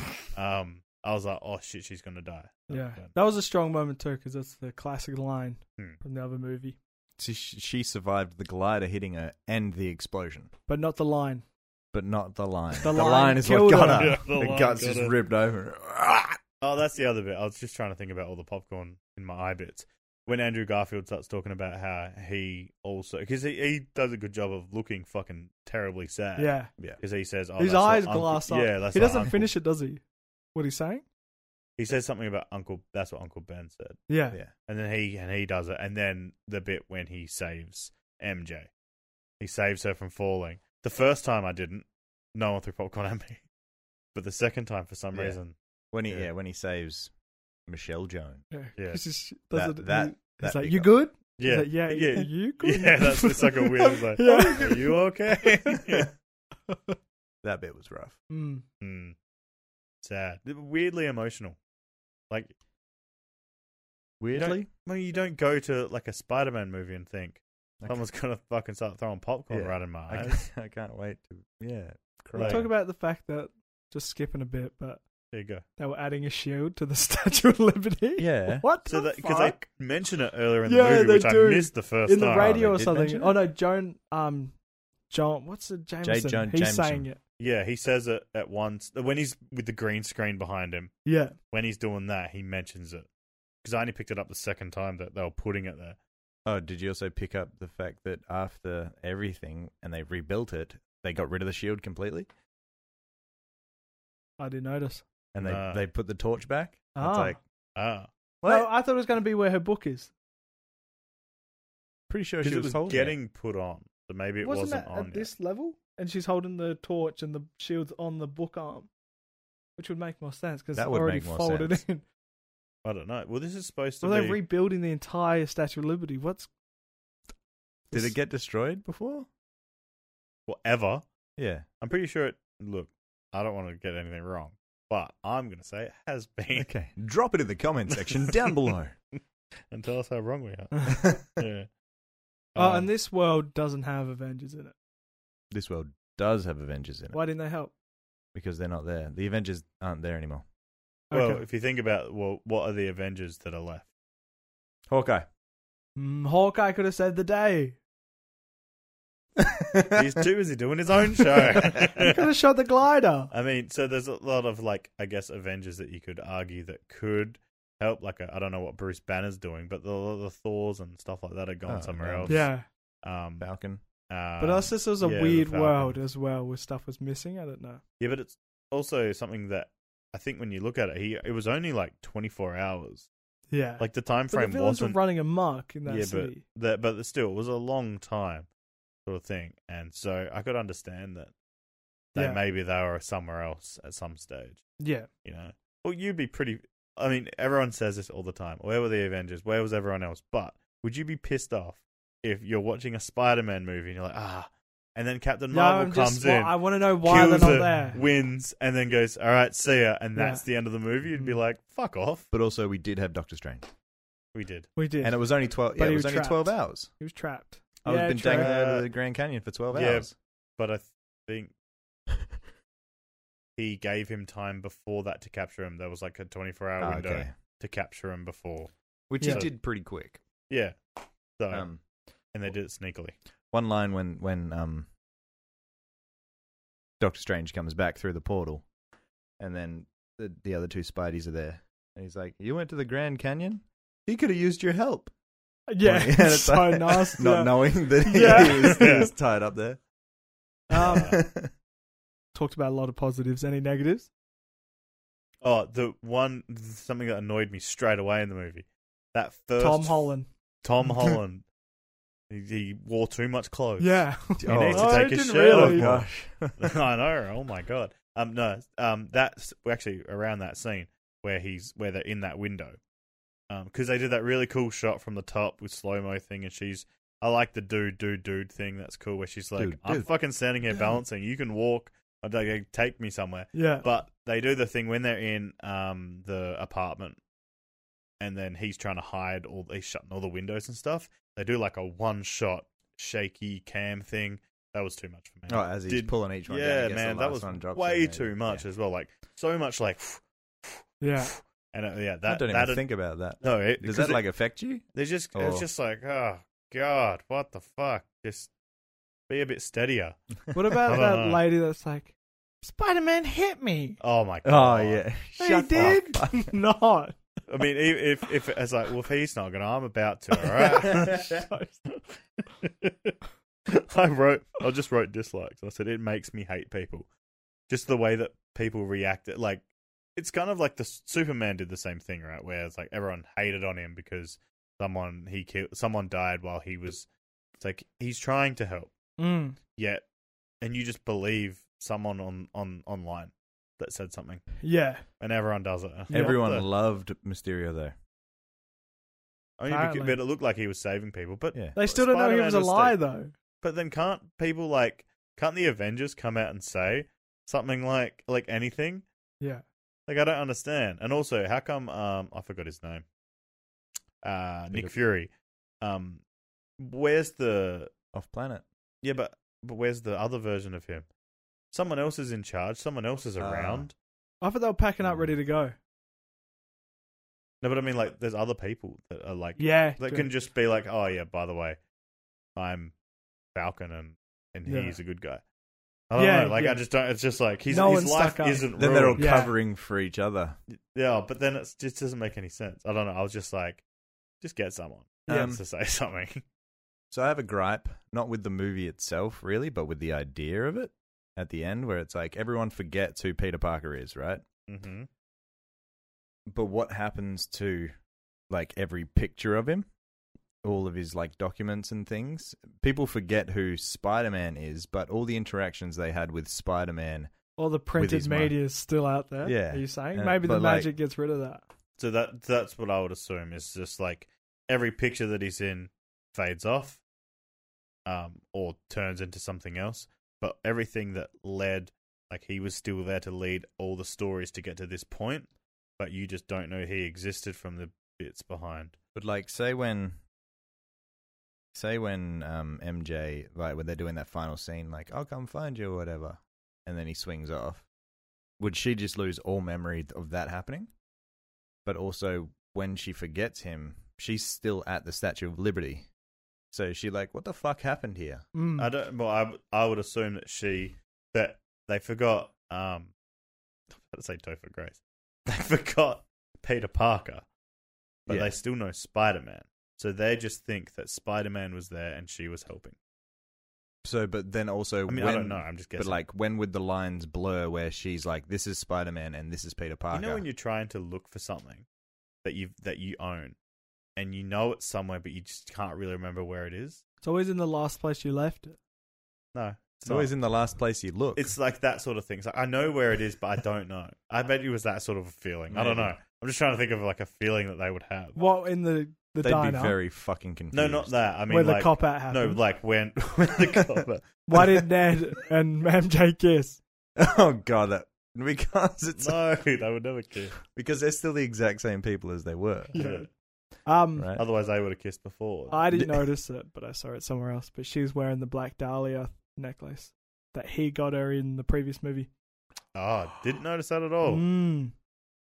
um, I was like, oh shit, she's gonna die. Yeah, But- that was a strong moment too, because that's the classic line Hmm. from the other movie, She, she survived the glider hitting her and the explosion, but not the line. but not the line. The The, line line, is killed what got her. Ah! her. Yeah, the the line guts got just her. ripped over. Oh, that's the other bit. I was just trying to think about all the popcorn in my eye bits. When Andrew Garfield starts talking about how he also, because he, he does a good job of looking fucking terribly sad. yeah, Because he says, oh, his that's what eyes Uncle- glass up. Yeah, Uh, that's he what doesn't Uncle- finish it, does he? What he's saying? He says something about Uncle. That's what Uncle Ben said. Yeah, Yeah. And then he and he does it. And then the bit when he saves MJ, he saves her from falling. The first time I didn't, no one threw popcorn at me. But the second time, for some Yeah. reason, When he Yeah. yeah. when he saves Michelle Jones. yeah. Yeah. He's just- That- does it- that- he's that like, big "You guy. good?" He's yeah, like, yeah, yeah, you good? yeah. That's it's like a weird. Like, yeah. Are you okay? That bit was rough. Mm. Mm. Sad. Weirdly emotional. Like, you don't- Weirdly, I mean, you don't go to like a Spider Man movie and think I someone's gonna fucking start throwing popcorn Yeah. right in my I, eyes. can't- I can't wait to yeah. We cry. talk about the fact that just skipping a bit, but There you go. they were adding a shield to the Statue of Liberty. Yeah. What? So the that because fuck? they mention it earlier in Yeah, the movie, they which do. I missed the first in the time. Oh, radio they or did something. mention it? Oh no, Joan um John. What's the Jameson? Joan He's Jameson. saying it. Yeah, he says it at once uh, when he's with the green screen behind him. Yeah. When he's doing that, he mentions it because I only picked it up the second time that they were putting it there. Oh, did you also pick up the fact that after everything and they rebuilt it, they got rid of the shield completely I didn't notice. and they, No. they put the torch back? Ah. It's like, Ah, what? No, I thought it was going to be where her book is. Pretty sure because she it was, was holding getting put on, so maybe it Wasn't, wasn't, that on. at yet. this level? And she's holding the torch and the shield's on the book arm, which would make more sense because it's That would already make more folded sense. in. I don't know. Well, this is supposed to Well, they're be. rebuilding the entire Statue of Liberty. What's Did this- it get destroyed before? whatever. Yeah. I'm pretty sure it. Look, I don't want to get anything wrong, but I'm going to say it has Eh. been. Okay. Drop it in the comment section down below. and tell us how wrong we are. Yeah. Oh, Um, and this world doesn't have Avengers in it. this world does have Avengers in it Why didn't they help? because they're not there. The Avengers aren't there anymore. well, Okay. if you think about well, what are the Avengers that are left? Hawkeye. Mm, Hawkeye could have saved the day. He's too busy doing his own show. He could have shot the glider. I mean, so there's a lot of like, I guess, Avengers that you could argue that could help. Like, I I don't know what Bruce Banner's doing, but the the Thors and stuff like that are gone Oh, somewhere yeah. else. Yeah, Um. Falcon. uh, but also this was a yeah, the weird Falcon. world as well, where stuff was missing. I don't know. Yeah, but it's also something that I think when you look at it, he it was only like 24 hours. Yeah, Like the time but the frame villains were wasn't. running amok in that yeah, but city. that but still, it was a long time sort of thing, and so I could understand that. They Yeah. maybe they were somewhere else at some stage. Yeah, you know. Well, you'd be pretty. I mean, everyone says this all the time. Where were the Avengers? Where was everyone else? But would you be pissed off if you're watching a Spider-Man movie and you're like, ah, and then Captain Marvel I'm comes just, in, I want to know why they're kills not it, there. wins, and then goes, all right, see ya, and Yeah. Mm. that's the end of the movie? You'd be like, fuck off. But also, we did have Doctor Strange, We did. We did. and it was only twelve. But Yeah, he it was was only twelve trapped. hours. he was trapped. I was yeah, been true. dangling trapped. over the Grand Canyon for twelve Yeah. hours. But I think he gave him time before that to capture him. There was like a 24-hour Ah, window okay, to capture him before. which Yeah. he did pretty quick. Yeah. So, Um, and they did it sneakily. one line when when um Doctor Strange comes back through the portal, and then the the other two Spideys are there, and he's like, "You went to the Grand Canyon. He could have used your help." Yeah, And it's so like, nasty. Not knowing that he, Yeah. he was, he was tied up there. Ah. Oh, Um, talked about a lot of positives. Any negatives? Oh, the one something that annoyed me straight away in the movie. That Uh, first Tom Holland. Tom Holland. he, he wore too much clothes. Yeah. He Oh. needs Oh, to I take his didn't shirt oh really- off. gosh. more. I know. Oh my god. Um, no. Um, that's well, actually around that scene where he's where they're in that window. Um, because they did that really cool shot from the top with slow mo thing, and she's. I like the dude, dude, dude thing. That's cool. Where she's like, Dude, I'm dude. fucking standing here Dude. balancing. You can walk. I'd like, take me somewhere. Yeah. But they do the thing when they're in um the apartment, and then he's trying to hide all. He's shutting all the windows and stuff. They do like a one shot shaky cam thing. That was too much for me. Oh, as he's Did- pulling each one. down, yeah, he gets man, the that last was one drops way in there. too much as well. Like so much, like yeah. and uh, yeah, Yeah. that I don't that even think about that. no, it, Does 'cause that like affect you? it, there's just Oh. it's just like oh god, what the fuck? Just be a bit steadier. What about don't that know. lady that's like, Spider Man hit me? Oh my Oh god. yeah, They Shut did up. not. I mean, i- if if it's like, well, if he's not gonna, I'm about to. All right. I wrote. I just wrote dislikes. I said it makes me hate people. Just the way that people react. It like it's kind of like the Superman did the same thing, right? Where it's like everyone hated on him because someone he killed, someone died while he was. It's like he's trying to help, Mm. yet, and you just believe someone on on online that said something, Yeah. and everyone does it. Yeah. Everyone What the- loved Mysterio though. only because, Apparently. but it looked like he was saving people, but Yeah. They still don't know he Spider-Man was a was lie, the- though. But then can't people like can't the Avengers come out and say something like like anything? Yeah. Like I don't understand. And also, how come um I forgot his name? Uh Nick Fury. Um where's the Off planet. Yeah, but but where's the other version of him? Someone else is in charge, someone else is Ah. around. I thought they were packing up ready to go. no, but I mean like there's other people that are like Yeah. that can just be like, "Oh yeah, by the way, I'm Falcon and and Yeah. he's a good guy. I don't Yeah, know. Like yeah. I just don't. It's just like he's, No his one's life stuck up. isn't Then they're all ruined. Yeah. covering for each other. Yeah, but then it's, it just doesn't make any sense. I don't know. I was just like, just get someone Yeah. um, to say something. So I have a gripe, not with the movie itself, really, but with the idea of it at the end, where it's like everyone forgets who Peter Parker is, right? hmm But what happens to like every picture of him, all of his like documents and things? People forget who Spider Man is, but all the interactions they had with Spider Man. All the printed his mind. media is still out there. Yeah. Are you saying? Yeah, Maybe the but, like- magic gets rid of that. So that that's what I would assume is just like every picture that he's in fades off, um, or turns into something else. But everything that led, like he was still there to lead all the stories to get to this point, but you just don't know he existed from the bits behind. But like, say when, say when um, MJ, like when they're doing that final scene, like I'll come find you or whatever, and then he swings off. Would she just lose all memory of that happening? But also, when she forgets him, she's still at the Statue of Liberty. So she like, what the fuck happened here? Mm. I don't. Well, I w- I would assume that she that they forgot. Um, I was about to say Topher Grace. They forgot Peter Parker, but Yeah. they still know Spider Man. So they just think that Spider Man was there and she was helping. So, but then also, I mean, I when- don't know. I'm just guessing. But like, when would the lines blur where she's like, "This is Spider Man and this is Peter Parker"? you know, when you're trying to look for something that you that you own, and you know it's somewhere, but you just can't really remember where it is. It's always in the last place you left it. No, it's always not. in the last place you look. It's like that sort of thing. It's like, I know where it is, but I don't know. I bet it was that sort of a feeling. I don't Maybe. know. I'm just trying to think of like a feeling that they would have. What in the the they'd diner be very fucking confused. No, not that. I mean, where the like, cop out no, happened? like when, when the cop. Why did Ned and MJ kiss? Oh god, that because it's no, they would never kiss. because they're still the exact same people as they were, Yeah. Hmm. Um, right? Otherwise, they would have kissed before. I didn't Yeah. notice it, but I saw it somewhere else. But she was wearing the black dahlia necklace that he got her in the previous movie. oh, didn't notice that at all. Mm.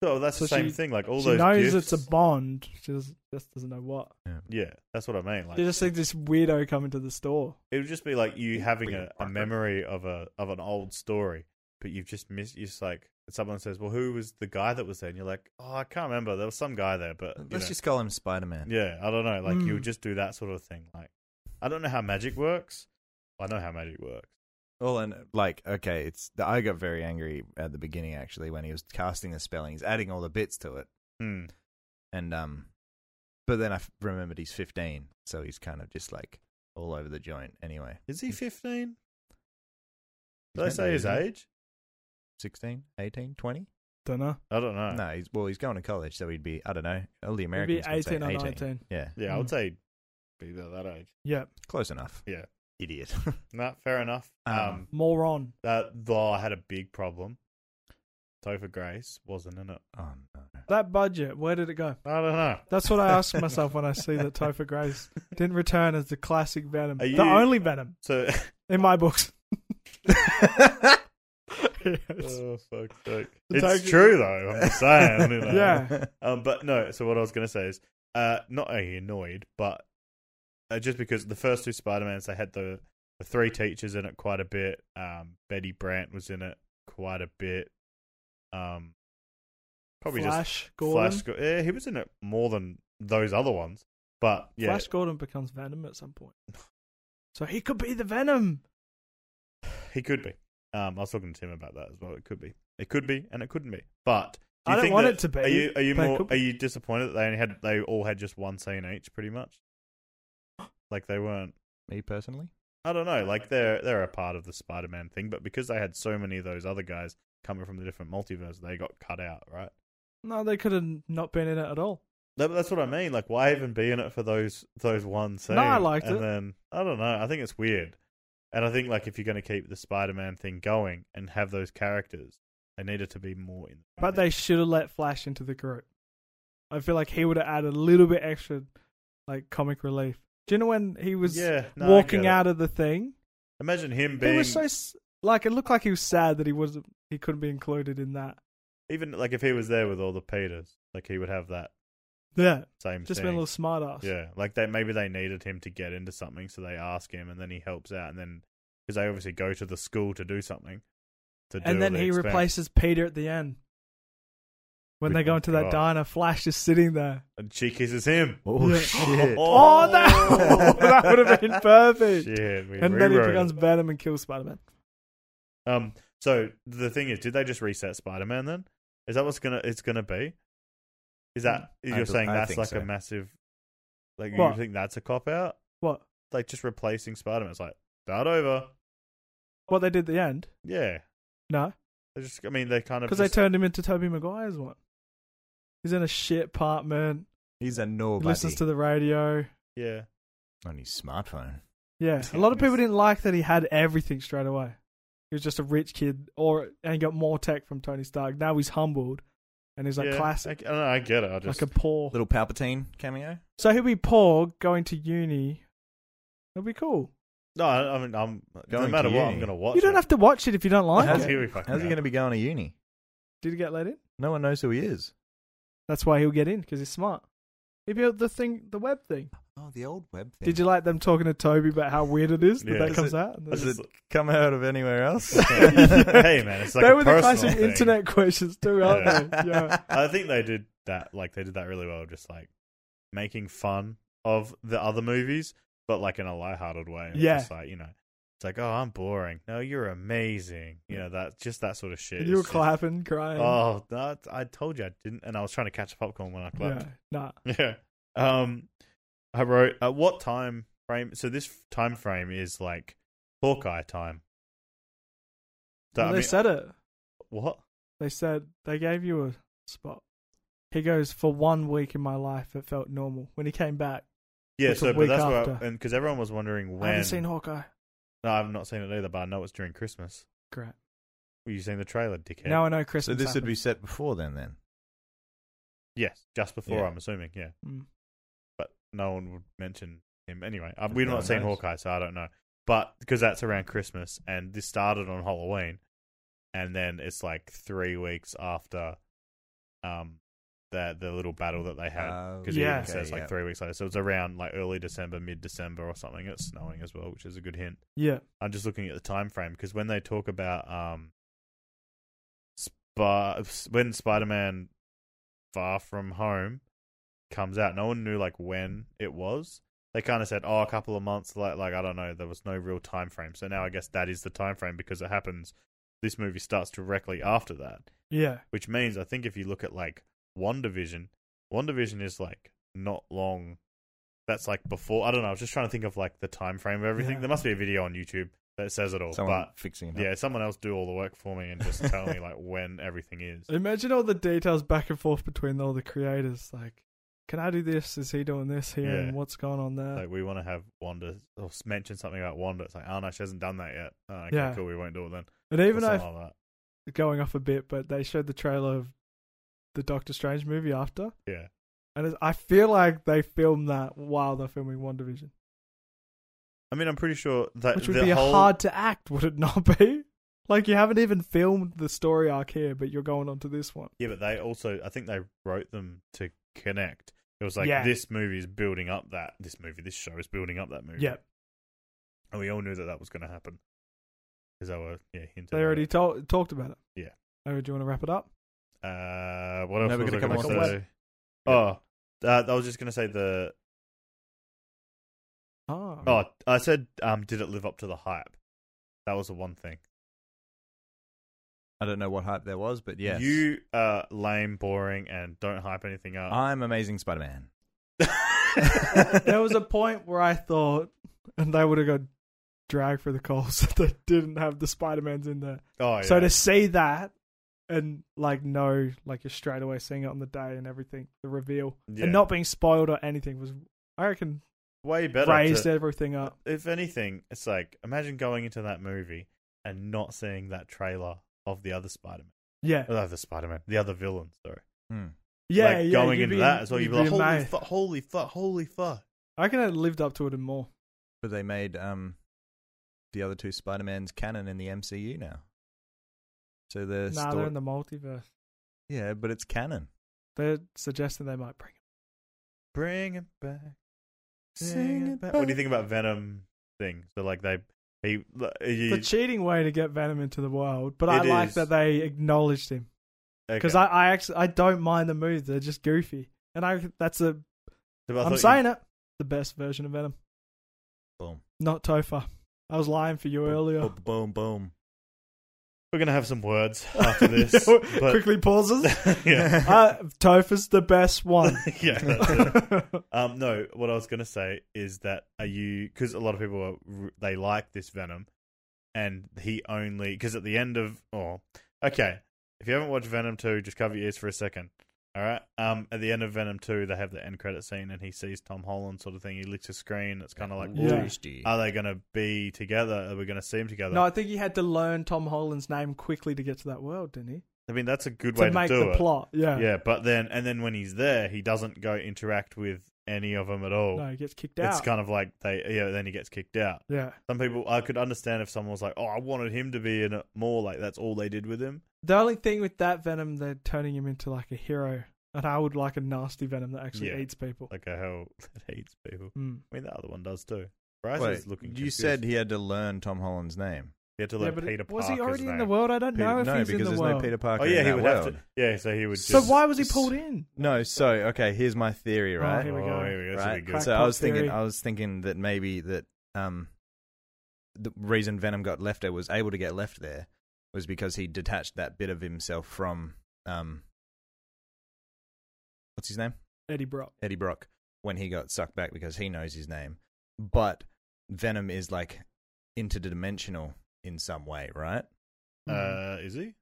So that's the So same she- thing. Like all She those. knows gifts- it's a bond. She just, just doesn't know what. yeah, that's what I mean. Like They just like this weirdo coming to the store. it would just be like you having Peter a, a Parker. memory of a of an old story, but you've just missed. You're just like someone says, "Well, who was the guy that was there?" And you're like, "Oh, I can't remember. There was some guy there, but you Let's know." just call him Spider Man. Yeah, I don't know. Like you Mm. would just do that sort of thing. Like I don't know how magic works. I know how magic works. Well, and like, okay, it's I got very angry at the beginning actually when he was casting the spelling. He's adding all the bits to it, Hmm. and um, but then I f- remembered he's fifteen, so he's kind of just like all over the joint anyway. Is he fifteen? He's Did I meant to say be, his isn't he? age? 16, 18, 20? Don't know. I don't know. No, he's well, he's going to college, so he'd be I don't know. All the It'd be Americans would say 18 or 19. Yeah, Yeah, I would Mm. say be about that age. Yeah. close enough. Yeah. idiot. No, fair enough. Um, Um, Moron. that though I had a big problem. Topher Grace wasn't in it. oh no. That budget, where did it go? I don't know. That's what I ask myself when I see that Topher Grace didn't return as the classic Venom. Are you- The only Venom So in my books. oh fuck, fuck. The It's Topher- true though. I'm just saying. you know. Yeah. Um, but no, so what I was going to say is uh, not only annoyed, but uh, just because the first two Spider-Mans, they had the, the three teachers in it quite a bit. Um, Betty Brant was in it quite a bit. Um, probably Flash just Gordon. Flash. Go- yeah, he was in it more than those other ones. But yeah, Flash Gordon becomes Venom at some point. So he could be the Venom. he could be. Um, I was talking to Tim about that as well. It could be. It could be, and it couldn't be. But I do you don't think want that- it to be, Are you are you but it more could be. are you disappointed that they only had they all had just one scene each, pretty much? Like they weren't. Me personally, I don't know. Like they're they're a part of the Spider-Man thing, but because they had so many of those other guys coming from the different multiverse, they got cut out, right? No, they could have not been in it at all. That, that's what I mean. Like, why even be in it for those those one scene? I liked and it. Then I don't know. I think it's weird, and I think like if you're going to keep the Spider-Man thing going and have those characters, they needed to be more in. But they should have let Flash into the group. I feel like he would have added a little bit extra, like comic relief. Do you know when he was yeah, no, I walking get it. out of the thing? Imagine him He being was so s- like it looked like he was sad that he wasn't. He couldn't be included in that. even like if he was there with all the Peters, like he would have that Yeah, same. just thing. been a little smart ass. Yeah, like they maybe they needed him to get into something, so they ask him, and then he helps out, and then because they obviously go to the school to do something. To do and then all the he experim- replaces Peter at the end. When they Which go one? into that Oh. diner, Flash is sitting there. And she kisses him. Oh Yeah. shit! Oh, no! that would have been perfect. Shit, we and then he rewrote it. becomes Venom and kills Spider Man. Um. So the thing is, did they just reset Spider-Man? Then is that what's gonna it's gonna be? Is that Mm, I you're bel- saying I that's think like so. a massive? Like What? you think that's a cop out? What? Like just replacing Spider-Man? It's like start over. What they did at the end? Yeah. No, They just. I mean, they kind of because just, they turned him into Toby Maguire's one. He's in a shit Oh, apartment. He's a He nobody listens to the radio. yeah. on his smartphone. Yeah, a lot of people didn't like that he had everything straight away. He was just a rich kid, or and he got more tech from Tony Stark. Now he's humbled, and he's like yeah, classic, I, I don't know, I get it. I just like a poor. Little Palpatine cameo. So he'll be poor going to uni. It'll be cool. no. I I mean, I'm no Going matter to what, uni. I'm gonna watch. you don't it. have to watch it if you don't like How's How's it. he, it? How's he going going to be going to uni? Did he get let in? No one knows who he is. That's why he'll get in because he's smart. He built the thing, the web thing. Oh, the old web thing. Did you like them talking to Toby about how weird it is that Yeah. that Is comes it- out? And Does then- it come out of anywhere else? hey man, it's like they a were the personal classic thing. internet questions too, aren't they? Yeah. I think they did that. Like they did that really well, just like making fun of the other movies, but like in a lighthearted way. It's Yeah. just like you know, it's like oh, I'm boring. No, you're amazing. You know that just that sort of shit. And you were It's just- clapping, crying. Oh, that I told you I didn't, and I was trying to catch popcorn when I yeah. clapped. Nah. Yeah. Um, I wrote at what time frame? So this time frame is like Hawkeye time. So, Well, I they mean- said it. what? They said they gave you a spot. He goes for one week in my life it felt normal. When he came back, Yeah, It's a so but week that's why, after. and because everyone was wondering when. I haven't seen Hawkeye. No, I've not seen it either, but I know it's during Christmas. Great. Were you seen the trailer, dickhead? Now I know Christmas. so this would be happens. set before then. Then Yes, just before. Yeah. I'm assuming. Yeah, Mm. but no one would mention him anyway. i No we've one not seen knows. Hawkeye, so I don't know. But because that's around Christmas, and this started on Halloween, and then it's like three weeks after, um, that the little battle that they had. Oh, Because Yeah. it even says like yeah. three weeks later, so it's around like early December, mid December or something. It's snowing as well, which is a good hint. Yeah. I'm just looking at the time frame because when they talk about um, Sp- when Spider-Man Far From Home comes out, no one knew like when it was. They kind of said, "Oh, a couple of months." Like, like I don't know. There was no real time frame. So now I guess that is the time frame because it happens. This movie starts directly after that, Yeah. which means I think if you look at like One Division, One Division is like not long. That's like before. I don't know. I was just trying to think of like the time frame of everything. Yeah. There must be a video on YouTube that says it all. someone but fixing it. Up. yeah, someone else do all the work for me and just tell me like when everything is. Imagine all the details back and forth between all the creators. Like, can I do this? Is he doing this here? Yeah. And what's going on there? Like we want to have Wanda or s- mention something about Wanda. It's like, oh no, she hasn't done that yet. Oh, okay, Yeah. cool. We won't do it then. and Or even though something like going off a bit, but they showed the trailer of the Doctor Strange movie after, that. Yeah, and it's, I feel like they filmed that while they're filming One Division, I mean, I'm pretty sure that which would the be whole a hard to act, would it not be? Like you haven't even filmed the story arc here, but you're going on to this one. Yeah, but they also, I think they wrote them to connect. It was like Yeah. this movie is building up that this movie, this show is building up that movie. Yep. and we all knew that that was going to happen because they were yeah hinting. They at already it. to- talked about it. Yeah. Oh, do you want to wrap it up? Uh, what else No, we're was I gonna come going off to the say? Oh, uh, I was just going to say the Oh. oh I said um did it live up to the hype? That was the one thing. I don't know what hype there was, but yes, You uh lame, boring, and don't hype anything up. I'm Amazing Spider-Man. there was a point where I thought, and they would have got dragged for the calls that they didn't have the Spider Mans in there. oh, yeah. So to see that and like know, like you're straight away seeing it on the day and everything, the reveal Yeah. and not being spoiled or anything was, I reckon, way better. raised to- everything up. Uh, if anything, it's like imagine going into that movie and not seeing that trailer of the other Spider-Man, Yeah, oh, the Spider-Man, the other villain. Sorry, Hmm. yeah, like yeah. going you'd into be- that as well. You'd be like, holy amazed. fuck, holy fuck, holy fuck. I reckon I lived up to it and more. But they made um the other two Spider-Mans canon in the MCU now. So the nah, sto- they're in the multiverse. yeah, but it's canon. They're suggesting they might bring Bring it back, Sing it What do you think about Venom thing? So like they He, he It's a cheating way to get Venom into the wild, but I It like is. that they acknowledged him because okay. I, I actually I don't mind the moves; they're just goofy, and I that's a I am thought saying it the best version of Venom, Boom. not Topher. I was lying for you earlier. Boom, boom, boom. We're gonna have some words after this, No, but Quickly pauses. yeah, uh, Topher's the best one. yeah. That's it. Um, no, what I was gonna say is that are you because a lot of people are, they like this Venom, and he only because at the end of oh, okay, if you haven't watched Venom two, just cover your ears for a second. All right. Um, at the end of Venom two, they have the end credit scene, and he sees Tom Holland sort of thing. He licks his screen. It's kind of like, Yeah. ooh, Tasty. are they gonna be together? Are we gonna see them together? no, I think he had to learn Tom Holland's name quickly to get to that world, didn't he? I mean that's a good To way make to do the it. plot. Yeah. Yeah, but then and then when he's there, he doesn't go interact with any of them at all. No, he gets kicked it's out. kind of like they yeah. Then he gets kicked out. yeah. Some people I could understand if someone was like, "Oh, I wanted him to be in it more." Like that's all they did with him. The only thing with that Venom, they're turning him into like a hero, and I would like a nasty Venom that actually Yeah. eats people. Like a hell that hates people. Mm. I mean, the other one does too. Bryce Wait, is looking. you confused. said he had to learn Tom Holland's name. he had to learn but Peter was Parker's he already in the name. world? I don't know Peter- if no, he's because in the there's world. no Peter Parker. Oh yeah, in he that would world. have to. Yeah, so he would. so just, why was he pulled in? No, so okay. Here's my theory, Oh, right? here we oh, go. Here we go. This will right? be good. Crack So I was pop theory. thinking, I was thinking that maybe that um, the reason Venom got left there was able to get left there was because he detached that bit of himself from um, what's his name, Eddie Brock. Eddie Brock, when he got sucked back because he knows his name. But Venom is like interdimensional in some way, right? Uh, is he?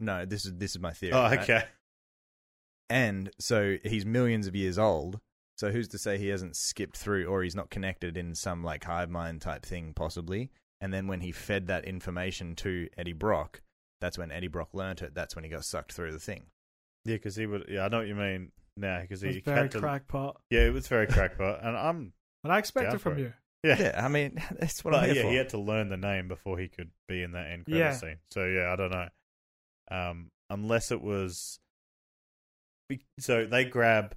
No, this is this is my theory. Oh, right? okay. And so he's millions of years old. So who's to say he hasn't skipped through or he's not connected in some like hive mind type thing, possibly? And then when he fed that information to Eddie Brock, that's when Eddie Brock learnt it. That's when he got sucked through the thing. Yeah, because he would. Yeah, I know what you mean. Now, because That's he very had to- crackpot. Yeah, it was very crackpot, and I'm. And I expect Down it from for it. you. Yeah. Yeah, I mean, that's what but I'm here yeah, for. he had to learn the name before he could be in that end credit Yeah. scene. So yeah, I don't know. Um, unless it was, be- so they grab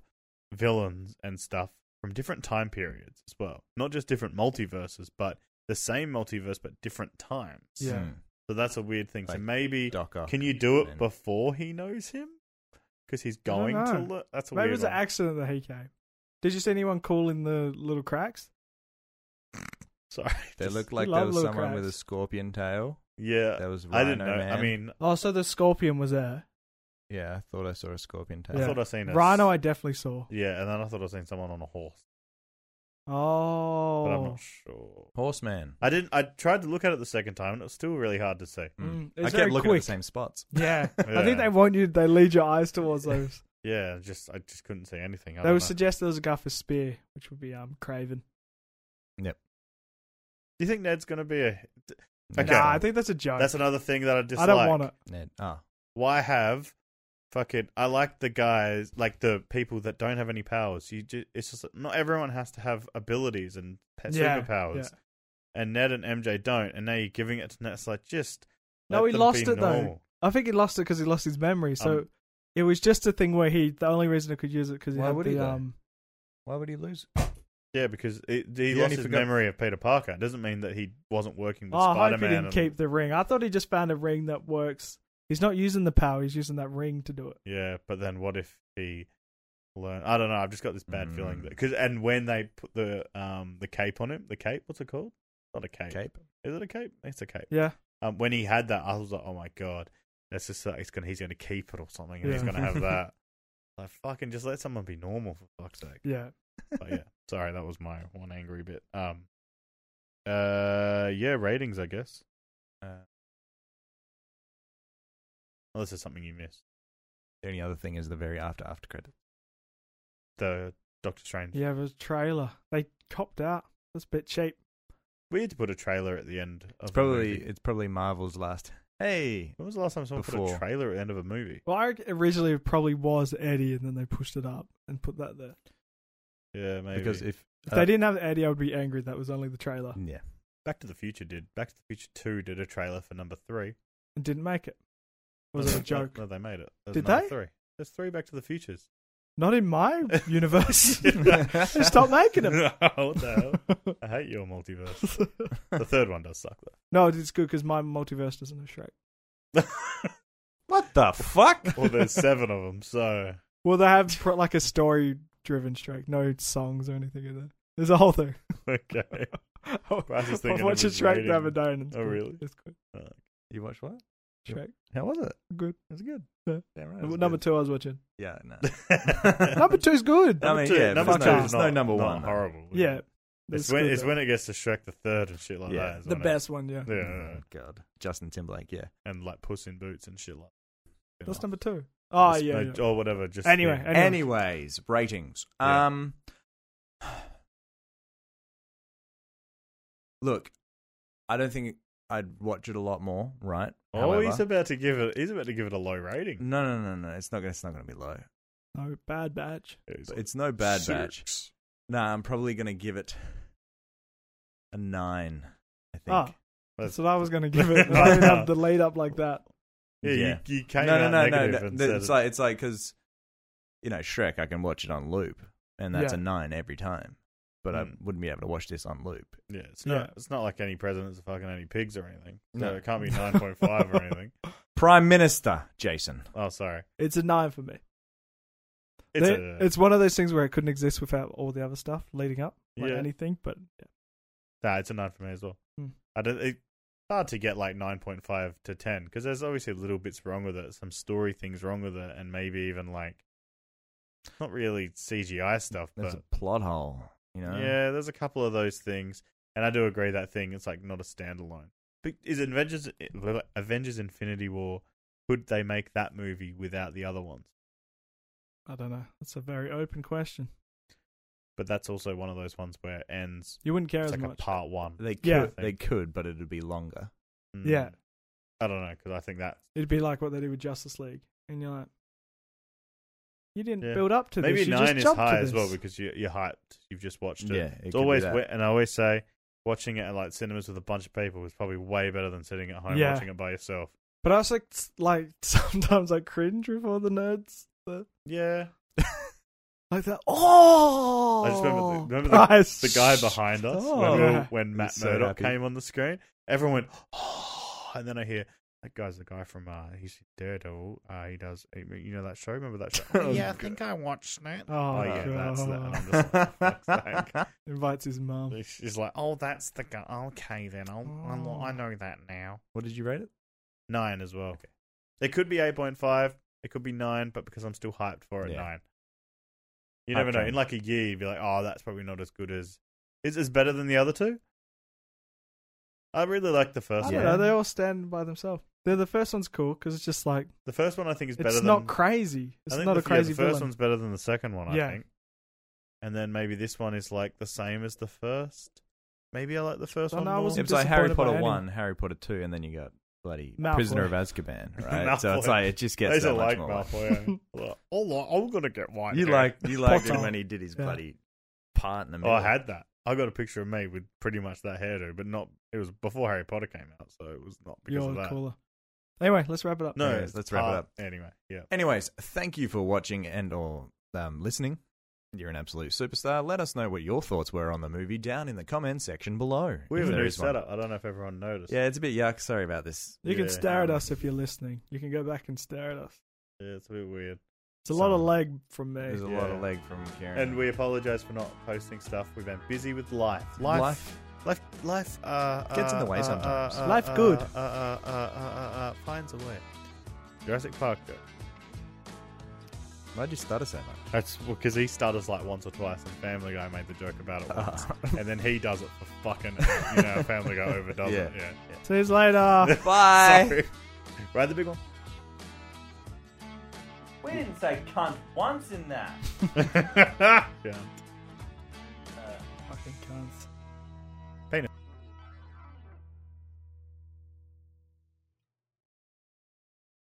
villains and stuff from different time periods as well, not just different multiverses, but the same multiverse but different times. Yeah. Hmm. So that's a weird thing. so Like maybe Doc Ock. can you do it and- before he knows him? Because he's going to. know. Le- that's a Maybe it weird. was an one. accident that he came. Did you see anyone cool in the little cracks? Sorry, They just- looked like love there was little someone with a cracks. scorpion tail. Yeah, That was Rhino I didn't know. Man. I mean, Oh, so the scorpion was there. yeah, I thought I saw a scorpion tail. I Yeah. thought I seen a Rhino, I definitely saw. Yeah, and then I thought I seen someone on a horse, Oh, but I'm not sure. Horseman. I didn't. I tried to look at it the second time, and it was still really hard to see. Mm. Mm, it's I very kept looking quick. at the same spots. yeah. I Yeah. think they want you. They lead your eyes towards those. Yeah, just I just couldn't see anything. I They don't would know. suggest there was a guy for spear, which would be um Craven. Do you think Ned's gonna be a? Okay. Nah, I think that's a joke. That's another thing that I dislike. I don't want it. Ned. Ah, Why have? Fucking, I like the guys, like the people that don't have any powers. You, just, it's just that not everyone has to have abilities and pe- Yeah, superpowers, yeah. and Ned and MJ don't. And now you're giving it to Ned. It's like just No, let he them lost be it, though. normal. I think he lost it because he lost his memory. So Um, it was just a thing where he. The only reason he could use it because he Why had would the he, though? um. why would he lose? Yeah, because it, he, He lost only his forgot- memory of Peter Parker. It doesn't mean that he wasn't working with Oh, I hope he Spider-Man. didn't and- keep the ring. I thought he just found a ring that works. He's not using the power. He's using that ring to do it. Yeah, but then what if he learned? I don't know. I've just got this bad feeling Mm. that because and when they put the um the cape on him, the cape, what's it called? Not a cape. Cape. Is it a cape? It's a cape. Yeah. Um, when he had that, I was like, oh my god, that's just like, it's gonna he's gonna keep it or something, and he's Yeah. gonna have that. Like fucking just let someone be normal for fuck's sake. Yeah. But yeah, sorry, that was my one angry bit. Um, uh, yeah, ratings, I guess. Uh, Unless there's something you missed. the only other thing is the very after after credit. The Doctor Strange. Yeah. It was a trailer. They copped out. That's a bit cheap. We had to put a trailer at the end. Of It's a probably movie. it's probably Marvel's last. Hey, When was the last time someone put a Before. trailer at the end of a movie? Well, I reckon originally it probably was Eddie, and then they pushed it up and put that there. Yeah, maybe. because if If uh, they didn't have Eddie, I would be angry. That was only the trailer. yeah, Back to the Future did. Back to the Future Two did a trailer for number three. and didn't make it. Was No, it a no, joke? No, they made it. There's Did number they? Three. There's three Back to the Futures. Not in my universe. Yeah. They Stop making them. what the hell? I hate your multiverse. The third one does suck no, it's good because my multiverse doesn't have Shrek. though. what the fuck? well, there's seven of them, so Well, they have pro- like a story-driven Shrek. No songs or anything in there. There's a whole thing. okay. I Bryce is was thinking watching of his Shrek the other rating. day and it's Oh, good. really? It's good. You watch what? Yep. Shrek. How was it? Good. It was good. Yeah. Damn right. it Number was good. two I was watching. Yeah, no. Number two's good. I mean, yeah, number fuck two off. is It's no not- number not one, though. Horrible. Yeah. It's it's when good, it's though. when it gets to Shrek the third and shit like Yeah. that. is the when it- best one, yeah. Yeah, yeah, Oh, yeah. God. Justin Timberlake, yeah. and like Puss in Boots and shit like. you That's know. number two. Oh, Just- yeah. like, yeah. or whatever. Just Anyway, yeah. and- Anyway. Anyways, ratings. Yeah. Um, look, I don't think I'd watch it a lot more, right? oh, However- he's about to give it. He's about to give it a low Mm. rating. no, no, no, no. It's not. gonna- It's not going to be low. No, Oh, Bad Batch. He's But like, It's no bad six. batch. Nah, I'm probably going to give it a nine. I think. Ah, That's That's- what I was going to give it. but I didn't have the lead up like that. Yeah, Yeah. You, you no, came no, no, out no, negative no. and The- said It's it- like it's like because you know Shrek. I can watch it on loop, and that's Yeah. a nine every time. But I Mm. wouldn't be able to watch this on loop. yeah, it's not. Yeah. It's not like any presidents are fucking any pigs or anything. So No. it can't be nine point five or anything. Prime Minister Jason. Oh, sorry. It's a nine for me. It's They- a uh, it's one of those things where it couldn't exist without all the other stuff leading up, like Yeah. anything. But yeah. nah, It's a nine for me as well. Hmm. I don't. It, it's hard to get like nine point five to ten because there's obviously little bits wrong with it, some story things wrong with it, and maybe even like not really CGI stuff, That's but a plot hole. You know. Yeah, there's a couple of those things, and I do agree that thing. It's like not a standalone. But is Avengers Avengers Infinity War? Could they make that movie without the other ones? I don't know. That's a very open question. But that's also one of those ones where it ends. You wouldn't care It's as like much. a part one. They could. Yeah. They could, but it'd be longer. Mm. Yeah. I don't know because I think that It'd be like what they do with Justice League, and you're like, you didn't Yeah. build up to maybe this. You nine just is jumped to high as this. well because you, you're hyped. You've just watched it. Yeah, it it's could be always that. we- and I always say watching it at like cinemas with a bunch of people is probably way better than sitting at home Yeah. watching it by yourself. But I was like, s- like sometimes I cringe with all the nerds. that- Yeah, Like that. Oh, I just remember the- remember Bryce, the guy shh. behind us Oh. when, we were- Yeah. when Matt He's so Murdock happy. came on the screen. Everyone went, oh, and then I hear that guy's the guy from uh, he's Daredevil. Uh, he does you know that show? Remember that show? Oh, yeah, I God. think I watched that. Oh, Oh, yeah, yeah, that's that. And I'm just like, fuck's sake. invites his mum. She's like, oh, that's the guy. Okay, then I'll, I'm Oh. like, I know that now. what did you rate it? Nine as well. It could be eight point five. It could be nine, but because I'm still hyped for it, Yeah. nine. You Hype never know. train. In like a year, you'd be like, "Oh, that's probably not as good as." Is is better than the other two? I really like the first I Yeah. don't one. know. They all stand by themselves. They're the first one's cool because it's just like The first one I think is better it's than. not crazy. It's I think not the, a crazy yeah, the first villain. one's better than the second one. I Yeah. think. And then maybe this one is like the same as the first. Maybe I like the first Don't one know, I more. It wasn't- was like Harry disappointed by Potter any. one, Harry Potter two, and then you got bloody Malfoy. Prisoner of Azkaban, right? so it's Malfoy. like it just I gets used to that much like more. Malfoy. yeah. oh, lo- I'm gonna get white. You hair. like you liked him Potter. when he did his Yeah. bloody part in the Oh, middle. I had that. I got a picture of me with pretty much that hairdo, but not. It was before Harry Potter came out, so it was not because of You're that. cooler. Anyway, let's wrap it up. No, Anyways, it's let's wrap it part- up. Anyway, yeah. Anyways, thank you for watching and or um, listening. You're an absolute superstar. Let us know what your thoughts were on the movie down in the comment section below. We if have a there new is one. setup. I don't know if everyone noticed. Yeah, it's a bit yuck. Sorry about this. You can Yeah. stare um, at us if you're listening. You can go back and stare at us. Yeah, it's a bit weird. It's a lot of Some- leg from me. There's a Yeah. lot of leg from Karen. And we apologize for not posting stuff. We've been busy with life. Life. Life. Life. life uh, Gets in the uh, way uh, sometimes. uh, uh, Life uh, good. Uh, uh, uh, uh, uh, uh, finds a way. Jurassic Park. though. Why'd you stutter so much? That's because he stutters like once or twice, and Family Guy made the joke about it once, and then he does it for fucking. You know, Family Guy overdoes it. Yeah. Yeah. See you later. Bye. Sorry. Ride the big one. We didn't say cunt once in that. yeah. Fucking cunts.